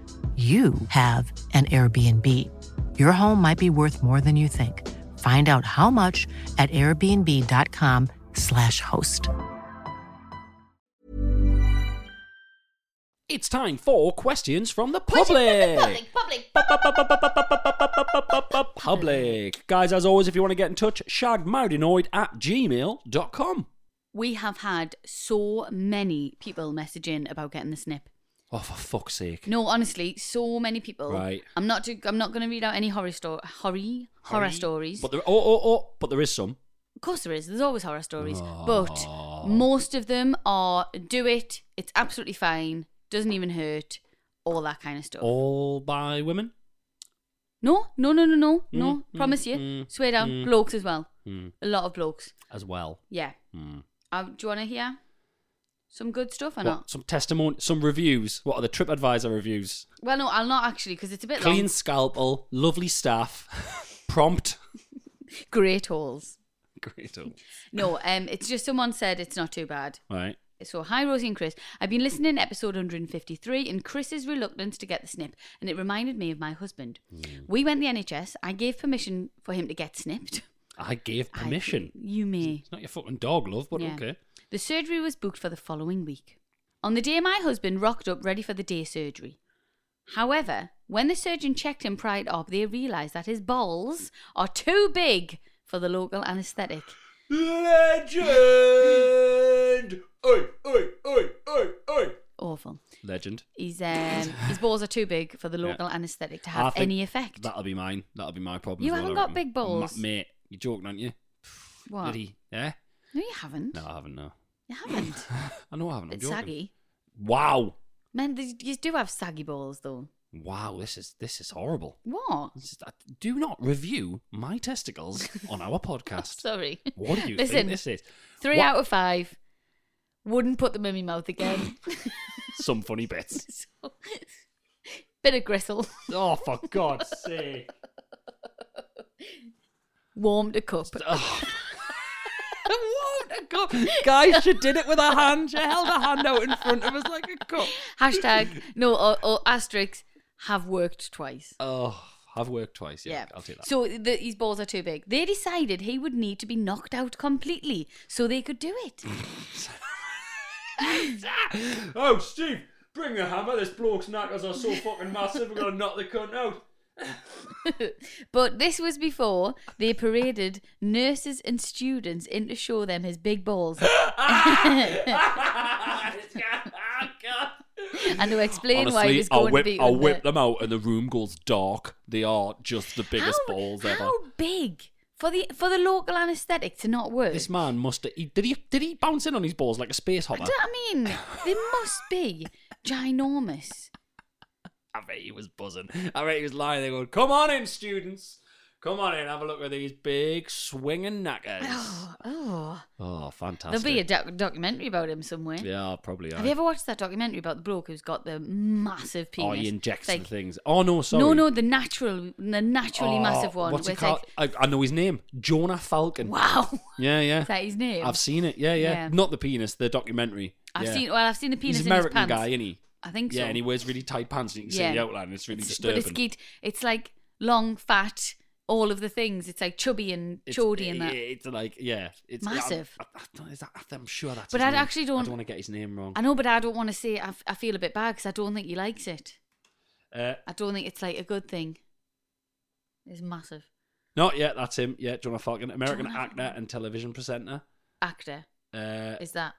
you have an Airbnb. Your home might be worth more than you think. Find out how much at airbnb.com/slash host. It's time for questions from the public. Public, public, Public. Guys, as always, if you want to get in touch, shagmoudinoid at gmail.com. We have had so many people messaging about getting the snip. Oh, for fuck's sake. No, honestly, so many people. Right. I'm not. To, I'm not going to read out any horror story, horror, horror stories. But there, oh, oh, oh, but there is some. of course, there is. There's always horror stories, but most of them are do it. It's absolutely fine. Doesn't even hurt. All that kind of stuff. All by women. No, no, no, no, no, no. mm, Promise you. mm, Swear down. mm. Blokes as well. Hmm, A lot of blokes. as well. Yeah. Hmm. Uh, do you want to hear some good stuff or What, not? Some testimony, some reviews. What are the TripAdvisor reviews? Well, no, I'll not actually because it's a bit Clean long. scalpel, lovely staff, prompt. Great hauls. Great. No, um, it's just someone said it's not too bad. Right. So, hi Rosie and Chris. I've been listening to episode 153 and Chris's reluctance to get the snip, and it reminded me of my husband. We went the NHS. I gave permission for him to get snipped. I gave I- permission. you may. It's not your fucking dog, love, but Yeah. okay. The surgery was booked for the following week. On the day, my husband rocked up ready for the day surgery. However, when the surgeon checked him prior to op, they realised that his balls are too big for the local anaesthetic. Legend! Oi, oi, oi, oi, oi! Awful. Legend. His, um, his balls are too big for the Yeah. local anaesthetic to I have think any effect. That'll be mine. That'll be my problem. You as well, haven't I got reckon. big balls. Ma- mate, you're joking, aren't you? What? Bloody- Yeah? No, you haven't. No, I haven't, no. You haven't. I know I haven't. I'm it's joking. saggy. Wow. Men, they- you do have saggy balls, though. Wow, this is this is horrible. What? This is- I- do not review my testicles on our podcast. Sorry. What do you Listen, think this is? Three What- out of five. Wouldn't put them in my mouth again. some funny bits. So- Bit of gristle. Oh, for God's sake! Warmed a cup. Oh. What a cup. Guys, she did it with her hand. She held her hand out in front of us like a cup. Hashtag, no, or, or asterisk, have worked twice. Oh, I've worked twice. Yeah, I'll take that. So the, his balls are too big. They decided he would need to be knocked out completely so they could do it. oh, Steve, bring the hammer. This bloke's knackers are so fucking massive. We're gonna knock the cunt out. But this was before they paraded nurses and students in to show them his big balls and to explain why he Honestly, was I'll going whip, to be. I'll on whip the- them out, and the room goes dark. They are just the biggest how, balls how ever. big for the for the local anaesthetic to not work? This man must have. he- Did he? Did he bounce in on his balls like a space I hopper? don't- I mean, they must be ginormous. I bet he was buzzing. I bet he was lying there going, "Come on in, students. Come on in. Have a look at these big swinging knackers." Oh, oh. oh, there'll fantastic! be a doc- documentary about him somewhere. yeah, probably. Have aye. you ever watched that documentary about the bloke who's got the massive penis? Oh, he injects Like, the things. Oh no, sorry. No, no, the natural, the naturally Oh, massive one. What's where he it's like, called? I, I know his name. Jonah Falcon. wow, Yeah, yeah. is that his name? I've seen it. Yeah, yeah, Yeah. Not the penis. The documentary. I've Yeah. seen. Well, I've seen the penis He's in an American his pants. guy, isn't he? I think so. Yeah, and he wears really tight pants, and you can see the Yeah. outline. It's really It's- disturbing. But it's geet, It's like long, fat, all of the things. It's like chubby and It's- chody and that. It's like yeah, it's Massive. I'm, I, I don't, is that, I'm sure that's. But his I name. actually don't- I don't want to get his name wrong. I know, but I don't want to say. it. I, f- I feel a bit bad because I don't think he likes it. Uh, I don't think it's like a good thing. It's massive not yet. That's him. Yeah, Jonah Falcon, American Jonah actor Falcon. and television presenter. actor. Uh, Is that?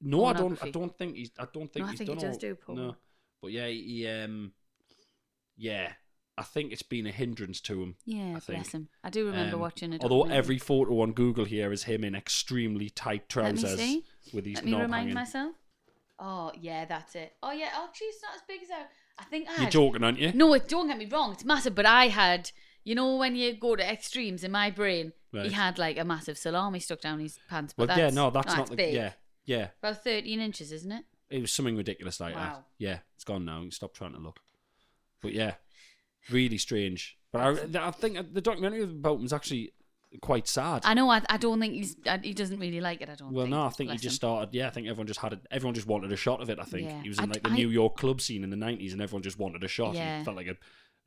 no, I don't. I pornography? don't think he's. I don't think No, I he's think he done does all- do porn. No, but yeah, he. Um, yeah, I think it's been a hindrance to him. Yeah, I think. bless him. I do remember Um, watching it. Although every photo on Google here is him in extremely tight Let me trousers see. with these Let me knob remind hanging. myself. Oh yeah, that's it. Oh yeah, actually, it's not as big as I. I think I. You're had- joking, aren't you? No, it don't get me wrong. It's massive, but I had. You know when you go to extremes in my brain, he Right. had like a massive salami stuck down his pants. Well, But that's, yeah, no, that's not the big. yeah, yeah. About thirteen inches, isn't it? It was something ridiculous like that. Wow. Yeah, it's gone now. You can stop trying to look. But yeah, really strange. But I, I think the documentary about him was actually quite sad. I know. I, I don't think he's. I, he doesn't really like it. I don't. well, think. no, I think he Bless just him. started. Yeah, I think everyone just had it. Everyone just wanted a shot of it. I think Yeah. he was in I- like the I- New York club scene in the nineties, and everyone just wanted a shot. And Yeah. it felt like a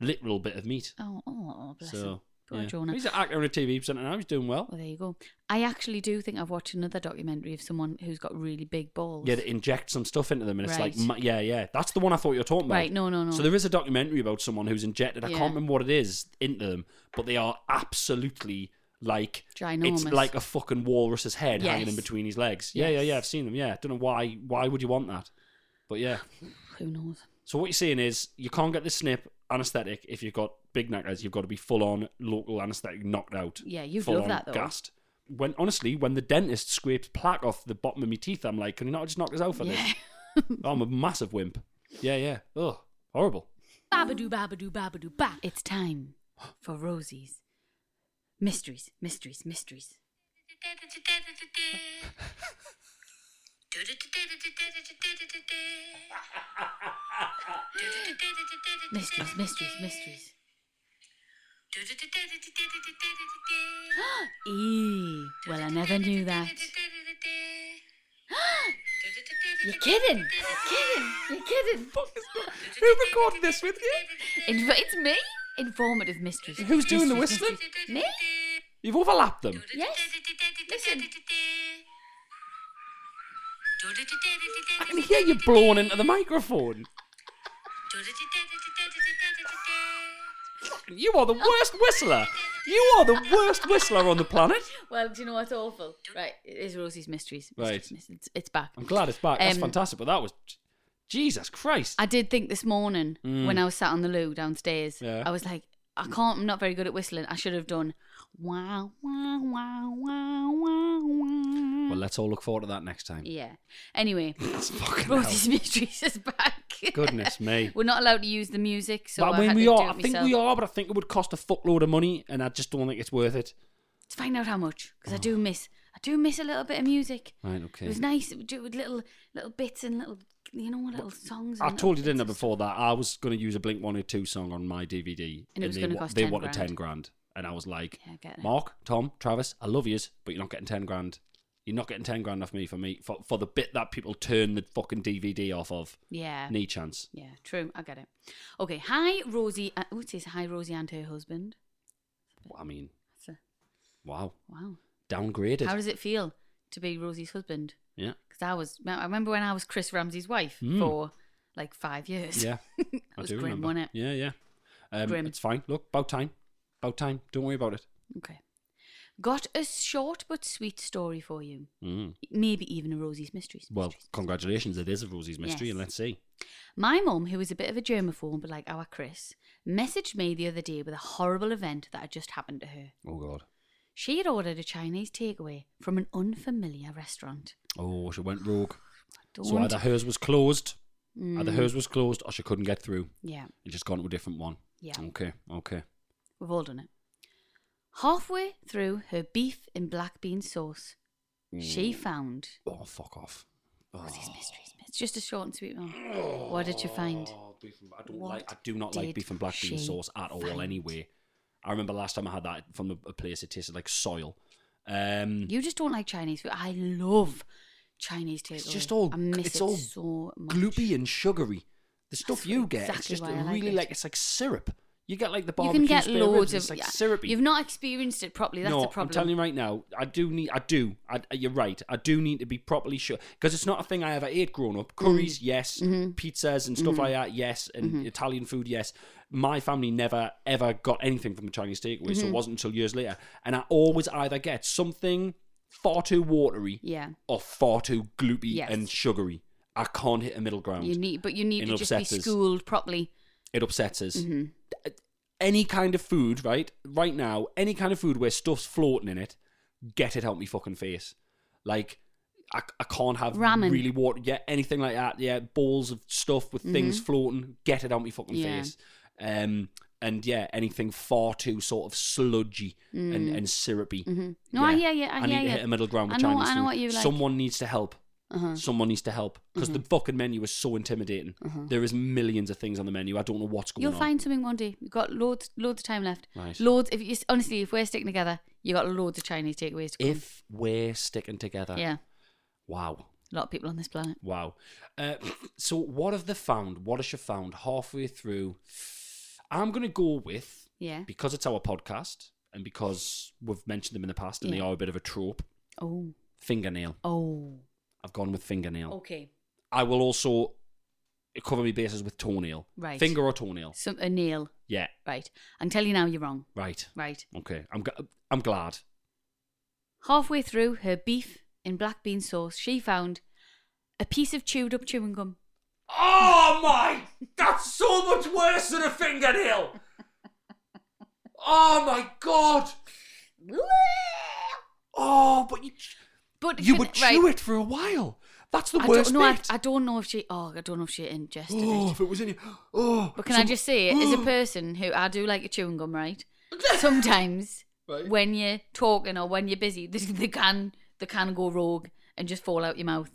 literal bit of meat. Oh, oh, oh, bless him. so Poor yeah. Jonah. he's an actor and a TV presenter. Now he's doing well. Well, there you go. I actually do think I've watched another documentary of someone who's got really big balls. Yeah, they inject some stuff into them, and it's like, Right. ma- yeah, yeah, that's the one I thought you were talking about. Right, no, no, no. So there is a documentary about someone who's injected. I Yeah. can't remember what it is into them, but they are absolutely like It's Ginormous. like a fucking walrus's head hanging in Yes. between his legs. Yeah, yeah, yeah. I've seen them. Yeah, don't know why. Why would you want that? But yeah. Who knows? So what you're saying is you can't get the snip anesthetic if you've got big knackers. You've got to be full on local anesthetic knocked out. Yeah, you'd full love on that, though. Gassed. When honestly, when the dentist scrapes plaque off the bottom of my teeth, I'm like, can you not just knock us out for Yeah. this? I'm a massive wimp. Yeah, yeah. Ugh, horrible. Babadoo, babadoo, babadoo, ba. It's time for Rosie's mysteries, mysteries, mysteries. Mysteries, mysteries, mysteries. Eee, well, I never knew that. You're kidding! You're kidding! You're kidding! Who recorded this with you? Inf- it's me! Informative mysteries. Who's doing the Mysteries, whistling? mysteries. Me? You've overlapped them. Yes. Listen. I can hear you blowing into the microphone. You are the worst whistler. You are the worst whistler on the planet. Well, do you know what's awful? Right, it is Rosie's Mysteries. Right. Mysteries, mysteries. It's, it's back. I'm glad it's back. That's Um, fantastic. But that was Jesus Christ. I did think this morning when I was sat on the loo downstairs, Mm. Yeah. I was like, I can't, I'm not very good at whistling. I should have done wow, wow, wow, wow, wow, wow. Well, let's all look forward to that next time. Hmm. Yeah. Anyway, Fucking hell. Rosie's Beatrice is back. Goodness me. We're not allowed to use the music, so but I I mean, had we to do are. it I think myself. we are, but I think it would cost a fuckload of money, and I just don't think it's worth it. Let's find out how much, because I do miss, I do miss a little bit of music. Right, It Oh. okay. was nice. It would do with little, little bits and little, you know, little songs. I and little told you, didn't I, bits of before that I was going to use a Blink 182 song on my DVD, And it was they, gonna wa- cost they 10 wanted grand. 10 grand. And I was like, Yeah, I get it. Mark, Tom, Travis, I love yous, but you're not getting 10 grand. You're not getting 10 grand off me for me for, for the bit that people turn the fucking DVD off of. stuff. Yeah. Knee chance. Yeah, true. I get it. Okay. Hi, Rosie. Uh, oh, it says hi, Rosie and her husband. I mean, That's a, wow. wow. Downgraded. How does it feel to be Rosie's husband? yeah. Because I was, I remember when I was Chris Ramsey's wife Mm. for like five years. Yeah. it I was do grim, remember. wasn't it? Yeah, yeah. Um, Grim. It's fine. Look, about time. About time. Don't worry about it. Okay. Got a short but sweet story for you. Mm. Maybe even a Rosie's Mysteries. Well, Mysteries. congratulations. It is a Rosie's mystery, and Yes. let's see. My mum, who is a bit of a germaphobe like our Chris, messaged me the other day with a horrible event that had just happened to her. Oh God. She had ordered a Chinese takeaway from an unfamiliar restaurant. Oh, she went rogue. Don't So either hers was closed, either Mm. hers was closed, or she couldn't get through. Yeah, It just gone to a different one. Yeah. Okay. Okay. we've all done it. Halfway through her beef in black bean sauce, she found Oh, fuck off. Oh. Rosie's mysteries. It's just a short and sweet one. What did you find? Oh, beef and, I don't What like. I do not like did beef and black she bean sauce at all. find? Anyway, I remember last time I had that from a, a place. It tasted like soil. Um, You just don't like Chinese food. I love Chinese takeaway. it's just all. I miss it's it all so much. gloopy and sugary. The stuff That's you get, it's exactly just why I like really it. like it's like syrup. You get like the you barbecue can get spare loads ribs, of it's like yeah. syrupy. You've not experienced it properly. That's no, the problem. I'm telling you right now, I do need, I do, I, you're right, I do need to be properly sure because it's not a thing I ever ate growing Mm. up. Curries, yes, Mm-hmm. pizzas and stuff like that, yes, and Italian food, yes. My family never ever got anything from a Chinese takeaway, Mm-hmm. so it wasn't until years later. And I always either get something far too watery Yeah. or far too gloopy Yes. and sugary. I can't hit a middle ground. You need, but you need It to just upsets be us. schooled properly. It upsets us. Mm-hmm. Th- Any kind of food, right? Right now, any kind of food where stuff's floating in it, get it out me fucking face. Like, I, I can't have Ramen. really water. Yeah, anything like that. Yeah, balls of stuff with things floating, get it out me fucking Mm-hmm. Yeah. face. Um, and yeah, anything far too sort of sludgy and, Mm. and syrupy. No, I hear you, I hear need to you. hit a middle ground I with know- Chinese I know food. what you like. Uh-huh. Mm-hmm. Someone needs to help. Someone needs to help because the fucking menu is so intimidating. There is millions of things on the menu. I don't know what's going Uh-huh. You'll on. find something one day. You've got loads, loads of time left. Right. Loads. If you honestly, if we're sticking together, you got loads of Chinese takeaways to come. if we're sticking together. yeah, Wow. a lot of people on this planet. Wow. Uh, so what have they found? What has she found halfway through? I'm going to go with Yeah. because it's our podcast and because we've mentioned them in the past and they Yeah. are a bit of a trope. Oh. Fingernail. Oh. I've gone with fingernail. Okay. I will also cover my bases with toenail. Right. Finger or toenail. Some a nail. Yeah. Right. I'm telling you now, you're wrong. Right. Right. Okay. I'm gl- I'm glad. Halfway through her beef in black bean sauce, she found a piece of chewed up chewing gum. Oh my! That's so much worse than a fingernail! Oh my god! Oh, but you, But you can- would chew right. it for a while. That's the I worst don't, no, I, bit. I don't know if she. Oh, I don't know if she ingested oh, it. if it was in you. Oh, But can I some- just say, as a person who I do like a chewing gum, right? Sometimes Right. when you're talking or when you're busy, they, they can they can go rogue and just fall out your mouth.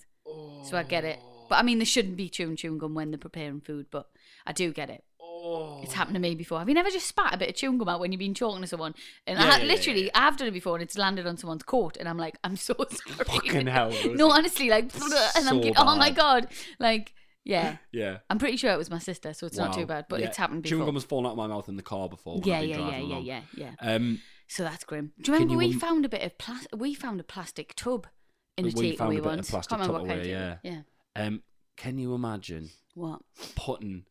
So I get it. Oh. But I mean, they shouldn't be chewing chewing gum when they're preparing food. But I do get it. Oh. It's happened to me before. Have you never just spat a bit of chewing gum out when you've been talking to someone? And Yeah, yeah, I yeah, literally, yeah. I've done it before, and it's landed on someone's coat, and I'm like, I'm so sorry. Fucking hell, Rosie. no, honestly, like, and I'm So like, oh my bad. god, like, yeah. Yeah. I'm pretty sure it was my sister, so it's not Wow. too bad. But Yeah. it's happened before. Chewing gum has fallen out of my mouth in the car before. When yeah, I've been yeah, yeah, driving yeah, along. yeah, yeah. Um, So that's grim. Do you remember you we im- found a bit of plas- We found a plastic tub in a We takeaway found a bit of once. plastic Can't remember tub what kind away, of takeaway. yeah. yeah. um, can you imagine What? putting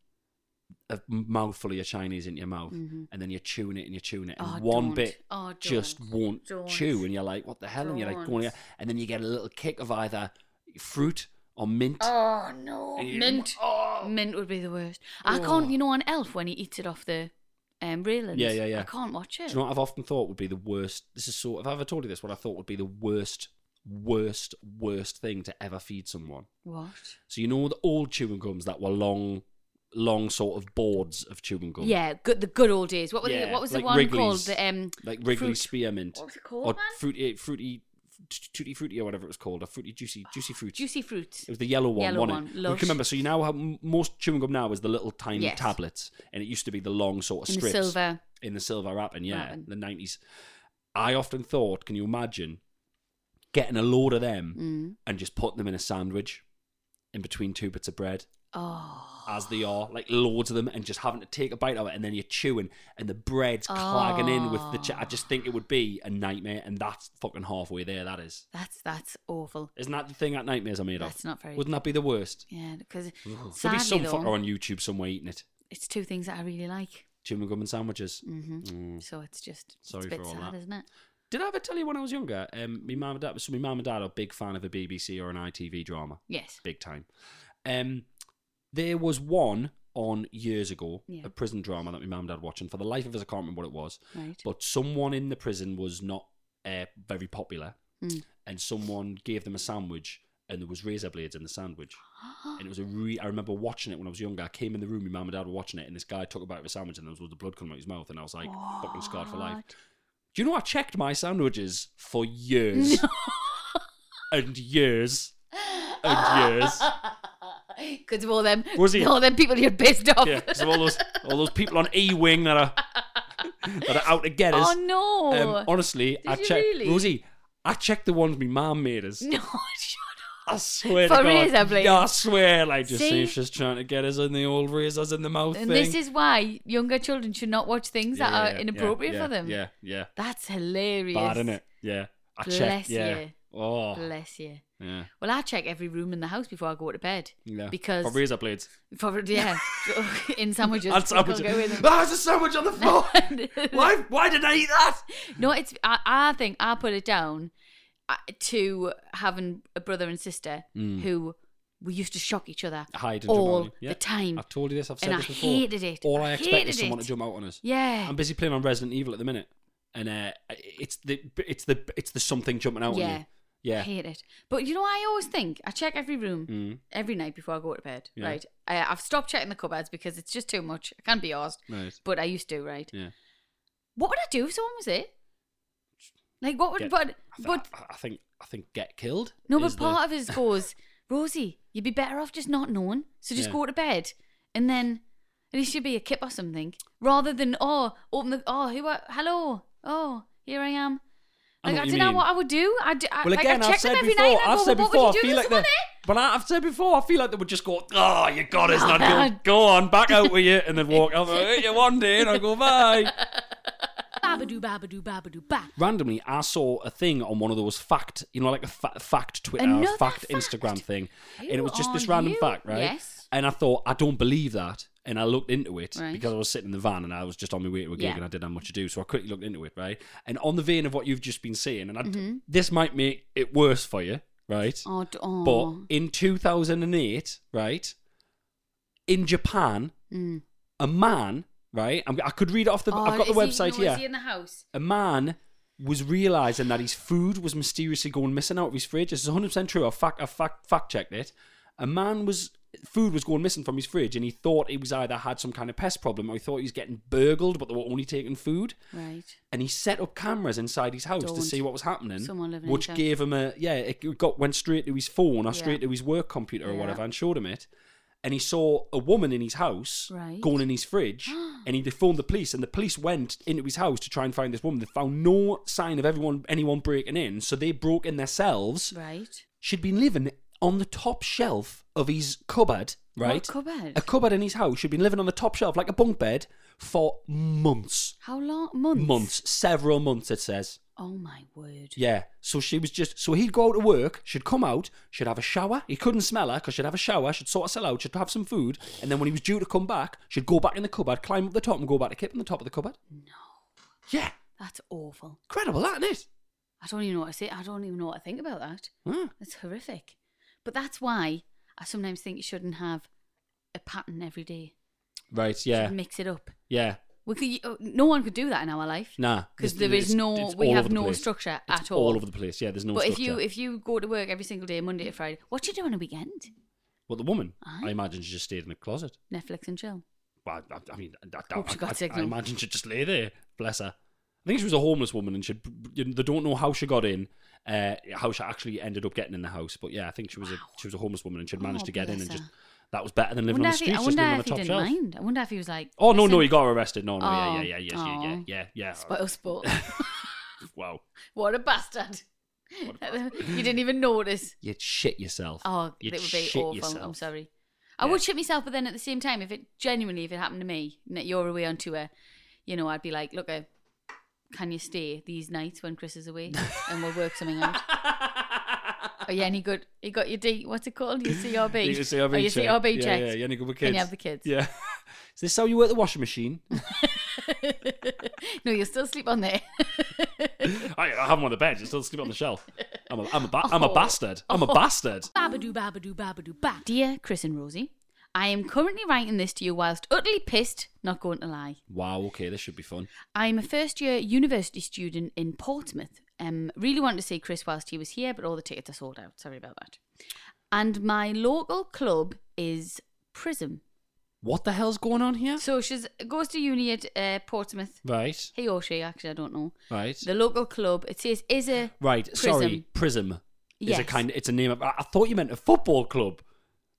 a mouthful of your Chinese into your mouth, and then you're chewing it and you're chewing it, and Mm-hmm. Oh, one don't. bit Oh, just don't. won't Don't. chew, and you're like, "What the hell?" And you're like, going, Don't. and then you get a little kick of either fruit or mint. Oh no! And "Oh." you- Mint. Oh. Mint would be the worst. Oh. I can't. You know, on Elf when he eats it off the um, railings. Yeah, yeah, yeah. I can't watch Do it. you know what I've often thought would be the worst? This is sort. Have I ever told you this? What I thought would be the worst worst, worst thing to ever feed someone. What? So you know the old chewing gums that were long, long sort of boards of chewing gum. Yeah, good. The good old days. What were the, Yeah, What was like the one called? Wrigley's- The um, like Wrigley fruit- spearmint. what was it called, Or man? fruity, fruity, t- tutti frutti, or whatever it was called, or fruity juicy, juicy fruit. Oh, Juicy fruit. It was the yellow one, Yellow wasn't one, it? You lush. can remember. So you now have m- most chewing gum now is the little tiny Yes. tablets, and it used to be the long sort of In the strips silver. in the silver wrapping. Yeah, Wrapping. the nineties. I often thought, can you imagine getting a load of them Mm. and just putting them in a sandwich in between two bits of bread? Oh. as they are, like loads of them, and just having to take a bite of it, and then you're chewing, and the bread's clagging in with the. Ch- I just think it would be a nightmare, and that's fucking halfway there. That is. That's that's awful. Isn't that the thing that nightmares are made of? That's not very- Wouldn't that be the worst? Yeah, because There'll be sadly some oh, though, fucker on YouTube somewhere eating it, it's two things that I really like. chewing gum and sandwiches. hmm Mm. So it's just it's Sorry a bit for all sad, that. isn't it? Did I ever tell you when I was younger? Um, my mum and dad. So my mum and dad are a big fan of a BBC or an ITV drama, Yes. big time. Um, there was one on years ago, Yeah. a prison drama that my mum and dad watching. For the life of us, I can't remember what it was. Right. but someone in the prison was not uh, very popular, Mm. and someone gave them a sandwich, and there was razor blades in the sandwich. And it was a re- I remember watching it when I was younger. I came in the room, my mum and dad were watching it, and this guy took a bite of a sandwich, and there was all the blood coming out his mouth, and I was like, fucking scarred for life. What? Do you know I checked my sandwiches for years and years and years? Because of all them, Was he- all them people you're pissed off. Yeah, so all those all those people on E Wing that are that are out to get us. oh no! Um, honestly, I Did you checked. really? Rosie, I checked the ones my mum made us. no, shut I swear For to God. razor blades? Yeah, I swear. Like, just see? See? she's just trying to get us in the old razors in the mouth up. And thing. this is why younger children should not watch things that Yeah, yeah, are inappropriate yeah, for them. Yeah, yeah. That's hilarious. Bad, innit? Yeah. I Bless checked. Yeah. you. Oh. Bless you. Yeah. Well, I check every room in the house before I go to bed. Yeah. Because For razor blades. for- yeah, in sandwiches. and sandwiches. People go with them. Ah, there's a sandwich on the floor. why, why did I eat that? No, it's. I, I think I put it down uh, to having a brother and sister who we used to shock each other Mm. Hide and jump out on all you. Yeah. the time. I've told you this. I've said And I this before. hated it. All I I expect hated is someone it. to jump out on us. Yeah. I'm busy playing on Resident Evil at the minute, and uh, it's the it's the it's the something jumping out yeah. on you. Yeah. Mm. hate it. But you know, I always think I check every room every night before I go to bed. Yeah. Right, I, I've stopped checking the cupboards because it's just too much. I can't be asked, Right. but I used to. Right, Yeah. what would I do if someone was there? Like, what would? Get- but I, th- but I, I think I think get killed. no, but is the- part of us goes, Rosie, you'd be better off just not knowing. So just Yeah. go to bed, and then at least you'd be a kip or something, rather than oh, open the oh, who are, hello, oh, here I am. I know Like I, what you don't know mean. what I would do. I d- I- Well, like, again, I I've check them said every before. night. and I I've go, said "What before. I would you do feel if like someone that. there?" But I, I've said before. I feel like they would just go, "Oh, you got us, Oh, not go, God. go on, back out with you," and then walk out. I'll hit you one day, and I go, "Bye." Babadoo, babadoo, babadoo, ba. randomly I saw a thing on one of those fact, you know, like a fa- fact Twitter, Another fact, fact. Instagram thing, Who and it was just this are random you? fact, right? Yes. And I thought I don't believe that, and I looked into it Right. because I was sitting in the van and I was just on my way to a gig Yeah. and I didn't have much to do, so I quickly looked into it, right? And on the vein of what you've just been saying, and I, Mm-hmm. this might make it worse for you, right? Oh, d- oh. But in 2008, right, in Japan, Mm. a man, right, I'm, I could read it off the, I've got the Oh, is he- website no, here Is he in the house? a man was realizing that his food was mysteriously going missing out of his fridge. This is 100% true. I fact, I fact, fact checked it. A man was food was going missing from his fridge, and he thought he was either had some kind of pest problem or he thought he was getting burgled, but they were only taking food. Right. And he set up cameras inside his house Don't. to see what was happening, Someone living in which his house. gave him a yeah. It got went straight to his phone or Yeah. straight to his work computer or Yeah. whatever, and showed him it. And he saw a woman in his house Right. going in his fridge, and he phoned the police. And the police went into his house to try and find this woman. They found no sign of everyone anyone breaking in, so they broke in themselves. Right. She'd been living on the top shelf of his cupboard, right? What cupboard? A cupboard in his house. She'd been living on the top shelf like a bunk bed for months How long? Months. months, several months, it says. Oh my word. Yeah. So she was just, so he'd go out to work, she'd come out, she'd have a shower. He couldn't smell her because she'd have a shower, she'd sort herself out, she'd have some food. And then when he was due to come back, she'd go back in the cupboard, climb up the top and go back to keep in the top of the cupboard. No. Yeah. That's awful. Incredible, that, isn't it? I don't even know what to say. I don't even know what to think about that. Huh. That's horrific. But that's why I sometimes think you shouldn't have a pattern every day. Right, You yeah. should mix it up. Yeah. We could, uh, no one could do that in our life. Nah, because it's- there is it's- no, it's we all have over the no place. structure It's at all. All over the place. Yeah, there's no. but structure. if you if you go to work every single day, Monday to Friday, what do you do on a weekend? well, the woman, Aye. I imagine she just stayed in a closet. Netflix and chill. Well, I, I- I mean, I, I, Hope she got I- I signal. imagine she just lay there. Bless her. I think she was a homeless woman, and she they don't know how she got in, uh, how she actually ended up getting in the house. But yeah, I think she was a she was a homeless woman, and she'd managed Oh, to get in, bless her. and just that was better than living wonder on the if he, I streets, just wonder living on the if he top didn't shelf. mind. I wonder if he was like, Oh no, no, listen, he got arrested. No, no, Oh. yeah, yeah, yeah, yes, yeah, yeah, Oh. yeah, yeah. spoil sport. Wow, what a bastard! you didn't even notice. you'd shit yourself. Oh, you'd it would be shit awful. Yourself. I'm sorry. I would shit myself, but then at the same time, if it genuinely, if it happened to me, and that you're away on tour, you know, I'd be like, look, uh, can you stay these nights when Chris is away, and we'll work something out. Are you any good? You got your D. What's it called? Your CRB. You see our Are Oh, you check. CRB yeah, checked? Yeah, yeah, any good with kids? Can you have the kids? Yeah. Is this how you work the washing machine? no, you'll still sleep on there. I, I have one on the bed. You still sleep on the shelf. I'm a, I'm a, ba- I'm Oh. a bastard. I'm a bastard. Babadoo, babadoo, babadoo, ba. Dear Chris and Rosie, I am currently writing this to you whilst utterly pissed, not going to lie. Wow. Okay, this should be fun. I'm a first year university student in Portsmouth. Um, really wanted to see Chris whilst he was here, but all the tickets are sold out. Sorry about that. And my local club is Prism. What the hell's going on here? So she goes to uni at uh, Portsmouth. Right. He or she, actually, I don't know. Right. The local club, it says, is a right. Sorry. Prism Yes. is a kind. It's a name. Of, I, I thought you meant a football club.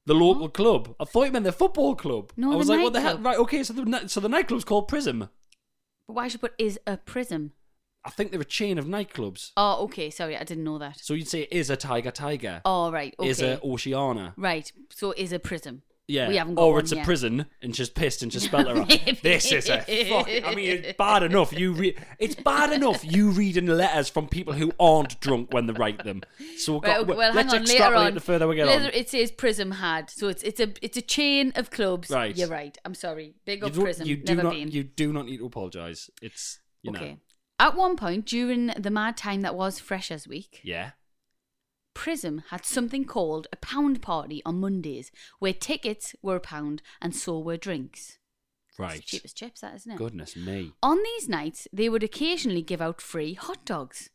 The local club. I thought you meant the football club. No, I the was like, what the hell? nightclub. Right. Okay. So the ni- so the nightclub's called Prism. But why should put is a prism? I think they're a chain of nightclubs. Oh, okay. Sorry, I didn't know that. So you'd say is a tiger tiger. All right. Oh, Okay. Is a Oceana. Right. So is a prism. Yeah. We haven't got or one it's a yet. prison and she's pissed and she spelled her out. Maybe. This is a fucking. I mean, it's bad enough you read. It's bad enough you reading letters from people who aren't drunk when they write them. So we've Well, got, well, let's hang on. Later extrapolate on, the further we get later on. it says Prism had, so it's it's a it's a chain of clubs. Right. You're right. I'm sorry. Big You up don't- Prism. you do Never not. been. You do not need to apologise. It's you know. okay. At one point during the mad time that was Freshers Week, Yeah. Prism had something called a pound party on Mondays, where tickets were a pound and so were drinks. Right. It's cheap as chips, that isn't it? Goodness me. On these nights, they would occasionally give out free hot dogs,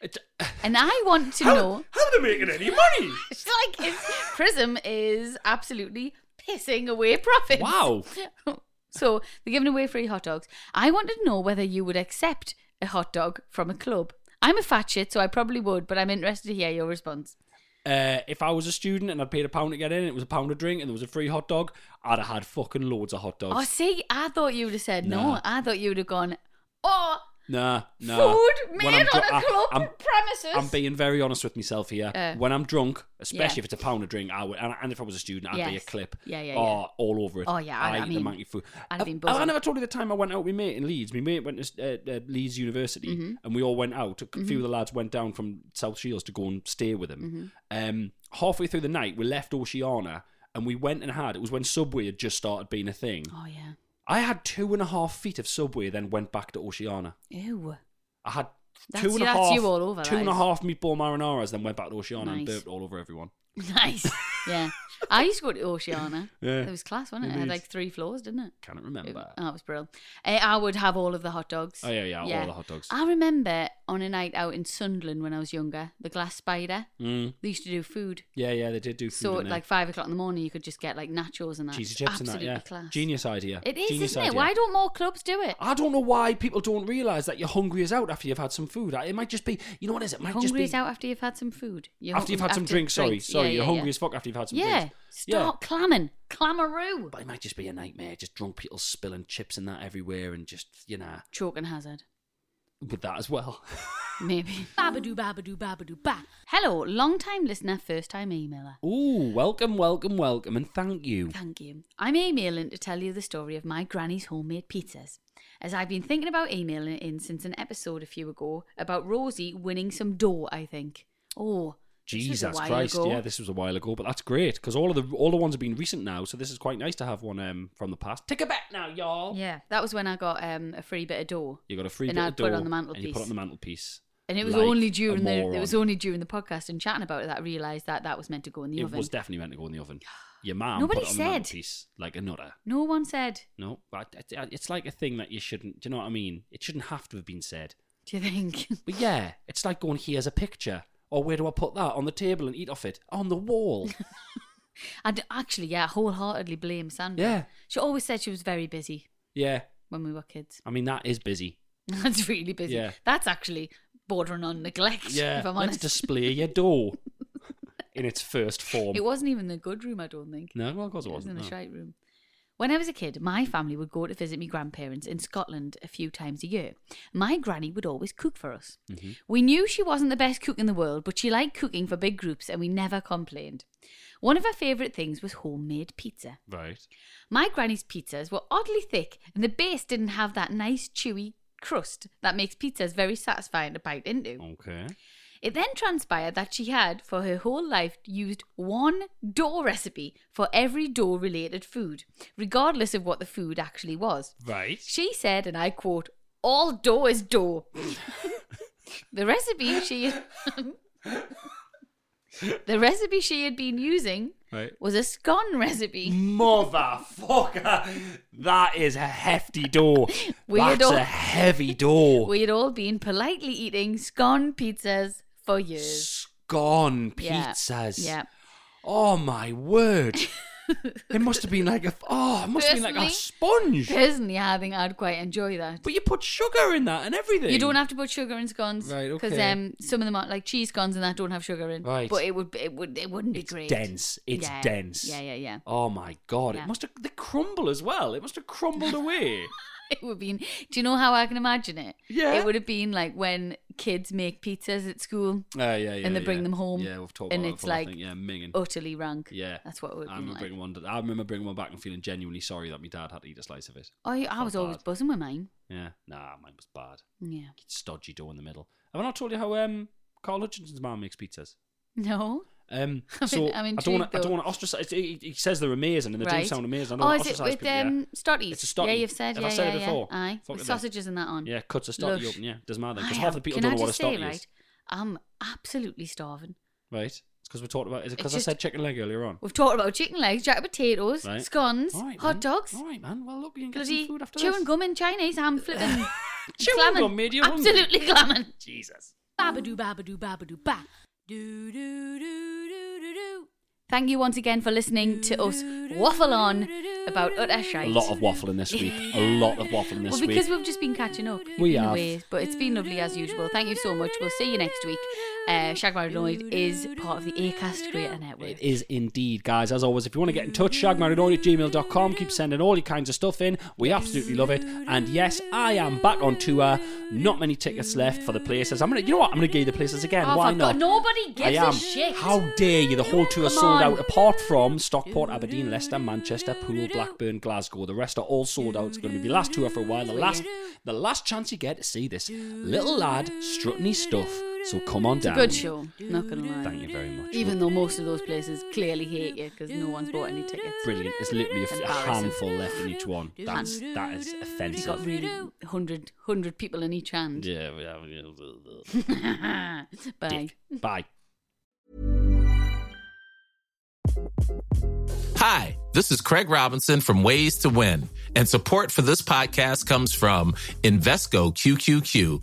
It, and I want to how, know. how are they making any money? It's like it's, Prism is absolutely pissing away profits. Wow. so they're giving away free hot dogs. I wanted to know whether you would accept a hot dog from a club. I'm a fat shit, so I probably would, but I'm interested to hear your response. Uh, if I was a student and I paid a pound to get in, it was a pound a drink, and there was a free hot dog, I'd have had fucking loads of hot dogs. Oh, see, I thought you would have said no. Nah. I thought you would have gone, oh, Nah, nah. Food When made on dru- a I- club I'm- premises. I'm being very honest with myself here. Uh, when I'm drunk, especially yeah. if it's a pound of drink, I would, and, and if I was a student, I'd be a Yes. clip. Yeah, yeah, or all over it. Oh, yeah, I'd- I I, eat the mean, amount of food. Uh, I'd have I- been I- I buzzing. never told you the time I went out with my mate in Leeds. My mate went to uh, uh, Leeds University, Mm-hmm. and we all went out. A few of the lads went down from South Shields to go and stay with him. Mm-hmm. Um, halfway through the night, we left Oceana. And we went and had it was when Subway had just started being a thing. oh, yeah. I had two and a half feet of Subway, then went back to Oceana. Ew. I had That's two you- and a half, that's you all over, two that and a is. half meatball marinaras, then went back to Oceana and Nice. burped all over everyone. Nice. Yeah. I used to go to Oceana. Yeah. It was class, wasn't it? It had Indeed. like three floors, didn't it? Can't remember. Oh, it was brilliant. Uh, I would have all of the hot dogs. Oh, yeah, yeah, all the hot dogs. I remember on a night out in Sunderland when I was younger, the Glass Spider. Mm. They used to do food. Yeah, yeah, they did do food So in at there. like five o'clock in the morning, you could just get like nachos and that. cheesy chips Absolutely and that. Yeah, class. genius idea. It is, Genius isn't it? idea. Why don't more clubs do it? I don't know why people don't realise that you're hungry as out after you've had some food. It might just be, you know what it is? It might hungry just be as out after you've had some food. You're after you've had hungry some after drinks. Sorry, sorry, Yeah, you're yeah, hungry yeah. as fuck after you've had some Yeah, drinks. start clamming, clamoroo. But it might just be a nightmare. Just drunk people spilling chips and that everywhere, and just you know, Choking hazard. with that as well. Maybe. babadoo, babadoo, babadoo, ba. Hello, long time listener, first time emailer. Ooh, welcome, welcome, welcome, and thank you. Thank you. I'm emailing to tell you the story of my granny's homemade pizzas. As I've been thinking about emailing it in since an episode a few ago about Rosie winning some dough, I think. Oh, this was a Jesus while Christ! ago. Yeah, this was a while ago, but that's great because all of the all the ones have been recent now, so this is quite nice to have one um, from the past. Take a bet now, y'all. Yeah, that was when I got um, a free bit of dough. You got a free And bit I'd of put it dough on the and you put it on the mantelpiece. And it was like only a during the it moron. was only during the podcast and chatting about it that I realised that that was meant to go in the it oven. was definitely meant to go in the oven. Your mum Nobody put it on said. the mantelpiece like a nutter. no one said. No, but it- it- it's like a thing that you shouldn't. Do you know what I mean? It shouldn't have to have been said. Do you think? But yeah, it's like going here's a picture, or where do I put that on the table and eat off it on the wall? I d- actually, yeah, I wholeheartedly blame Sandra. Yeah. She always said she was very busy yeah, when we were kids. I mean that is busy. That's really busy. Yeah. That's actually bordering on neglect. Yeah, if I'm let's honest. display your door in its first form. It wasn't even the good room, I don't think. no, well, of course it It was wasn't. in the no. shite room. When I was a kid, my family would go to visit my grandparents in Scotland a few times a year. My granny would always cook for us. Mm-hmm. We knew she wasn't the best cook in the world, but she liked cooking for big groups and we never complained. One of her favourite things was homemade pizza. Right. My granny's pizzas were oddly thick and the base didn't have that nice, chewy crust that makes pizzas very satisfying to bite into. Okay. It then transpired that she had, for her whole life, used one dough recipe for every dough related food, regardless of what the food actually was. Right. She said, and I quote, All dough is dough. the recipe she. the recipe she had been using Right. was a scone recipe. Motherfucker, that is a hefty door. Weirdo. That's a heavy door. We had all been politely eating scone pizzas for years. Scone Yeah. pizzas. Yeah. Oh my word! it must have been like a oh, it must have been like a sponge. Personally, I think I'd quite enjoy that. But you put sugar in that and everything. You don't have to put sugar in scones, Right, Because okay. um, some of them are like cheese scones and that don't have sugar in. Right. But it would, it would, it wouldn't be It's great. dense. It's Yeah. dense. Yeah, yeah, yeah. Oh my god! Yeah. It must have they crumble as well. It must have crumbled away. It would be. Do you know how I can imagine it? Yeah. It would have been like when kids make pizzas at school, Uh, yeah, yeah. And they yeah. bring them home, Yeah, we've talked and about it's that before, I like- think. yeah, minging. utterly rank. yeah, That's what it would I have been remember like. bringing one. I remember bringing one back and feeling genuinely sorry that my dad had to eat a slice of it. I, I Felt was always bad. buzzing with mine. Yeah, nah, mine was bad. Yeah. Stodgy dough in the middle. Have I not told you how um Carl Hutchinson's mum makes pizzas? No. Um, I'm so in- I'm I don't want intrigued, to. I though. don't want to ostracize. He, he says they're amazing, and they right. do sound amazing. I don't oh, wanna is it ostracize with people, yeah. um, stotties? It's a stotty. Yeah, you've said. Have yeah, I said yeah, it before? yeah. Aye. Fuck With it then. sausages and that on. Yeah, cuts a stotty Lush. open. Yeah, doesn't matter I because half am- the people can don't I know what a just say, stotty right? is. I'm absolutely starving. Right? It's because we talked about. Is it It's because I just- said chicken leg earlier on? We've talked about chicken legs, jack potatoes, Right. scones, All right, hot man. dogs, All right, man. Well, look, you can get bloody some food after chewing this. gum and Chinese ham flipping. Chewing glamming. gum made you hungry. Absolutely glamming. Jesus. Babadoo, babadoo, babadoo, ba. Do, do, do, do, do, do. Thank you once again for listening to us waffle on about utter A shite. lot of waffling this week. A lot of waffling this well, because week. we've just been catching up. We in have. A way, but it's been lovely as usual. Thank you so much. We'll see you next week. Uh, Shagmar Noise is part of the Acast Creator Network. It is indeed, guys. As always, if you want to get in touch, shagmarinaudio at gmail.com. Keep sending all your kinds of stuff in. We absolutely love it. And yes, I am back on tour. Not many tickets left for the places. I'm gonna, you know what? I'm gonna give you the places again. Oh, Why for not? God, nobody gives I am. a shit. How dare you? The whole tour Come sold on. out, apart from Stockport, Aberdeen, Leicester, Manchester, Poole, Blackburn, Glasgow. The rest are all sold out. It's going to be the last tour for a while. The last, the last chance you get to see this little lad strutting his stuff. So come on down. Good show. Not gonna lie. Thank you very much. Even though most of those places clearly hate you because no one's bought any tickets. Brilliant. There's literally a, f- a Embarrassing. handful left in each one. That's that is You got offensive. really 100, 100 people in each hand. Yeah. yeah, yeah. Bye. Dick. Bye. Hi, this is Craig Robinson from Ways to Win, and support for this podcast comes from Invesco QQQ,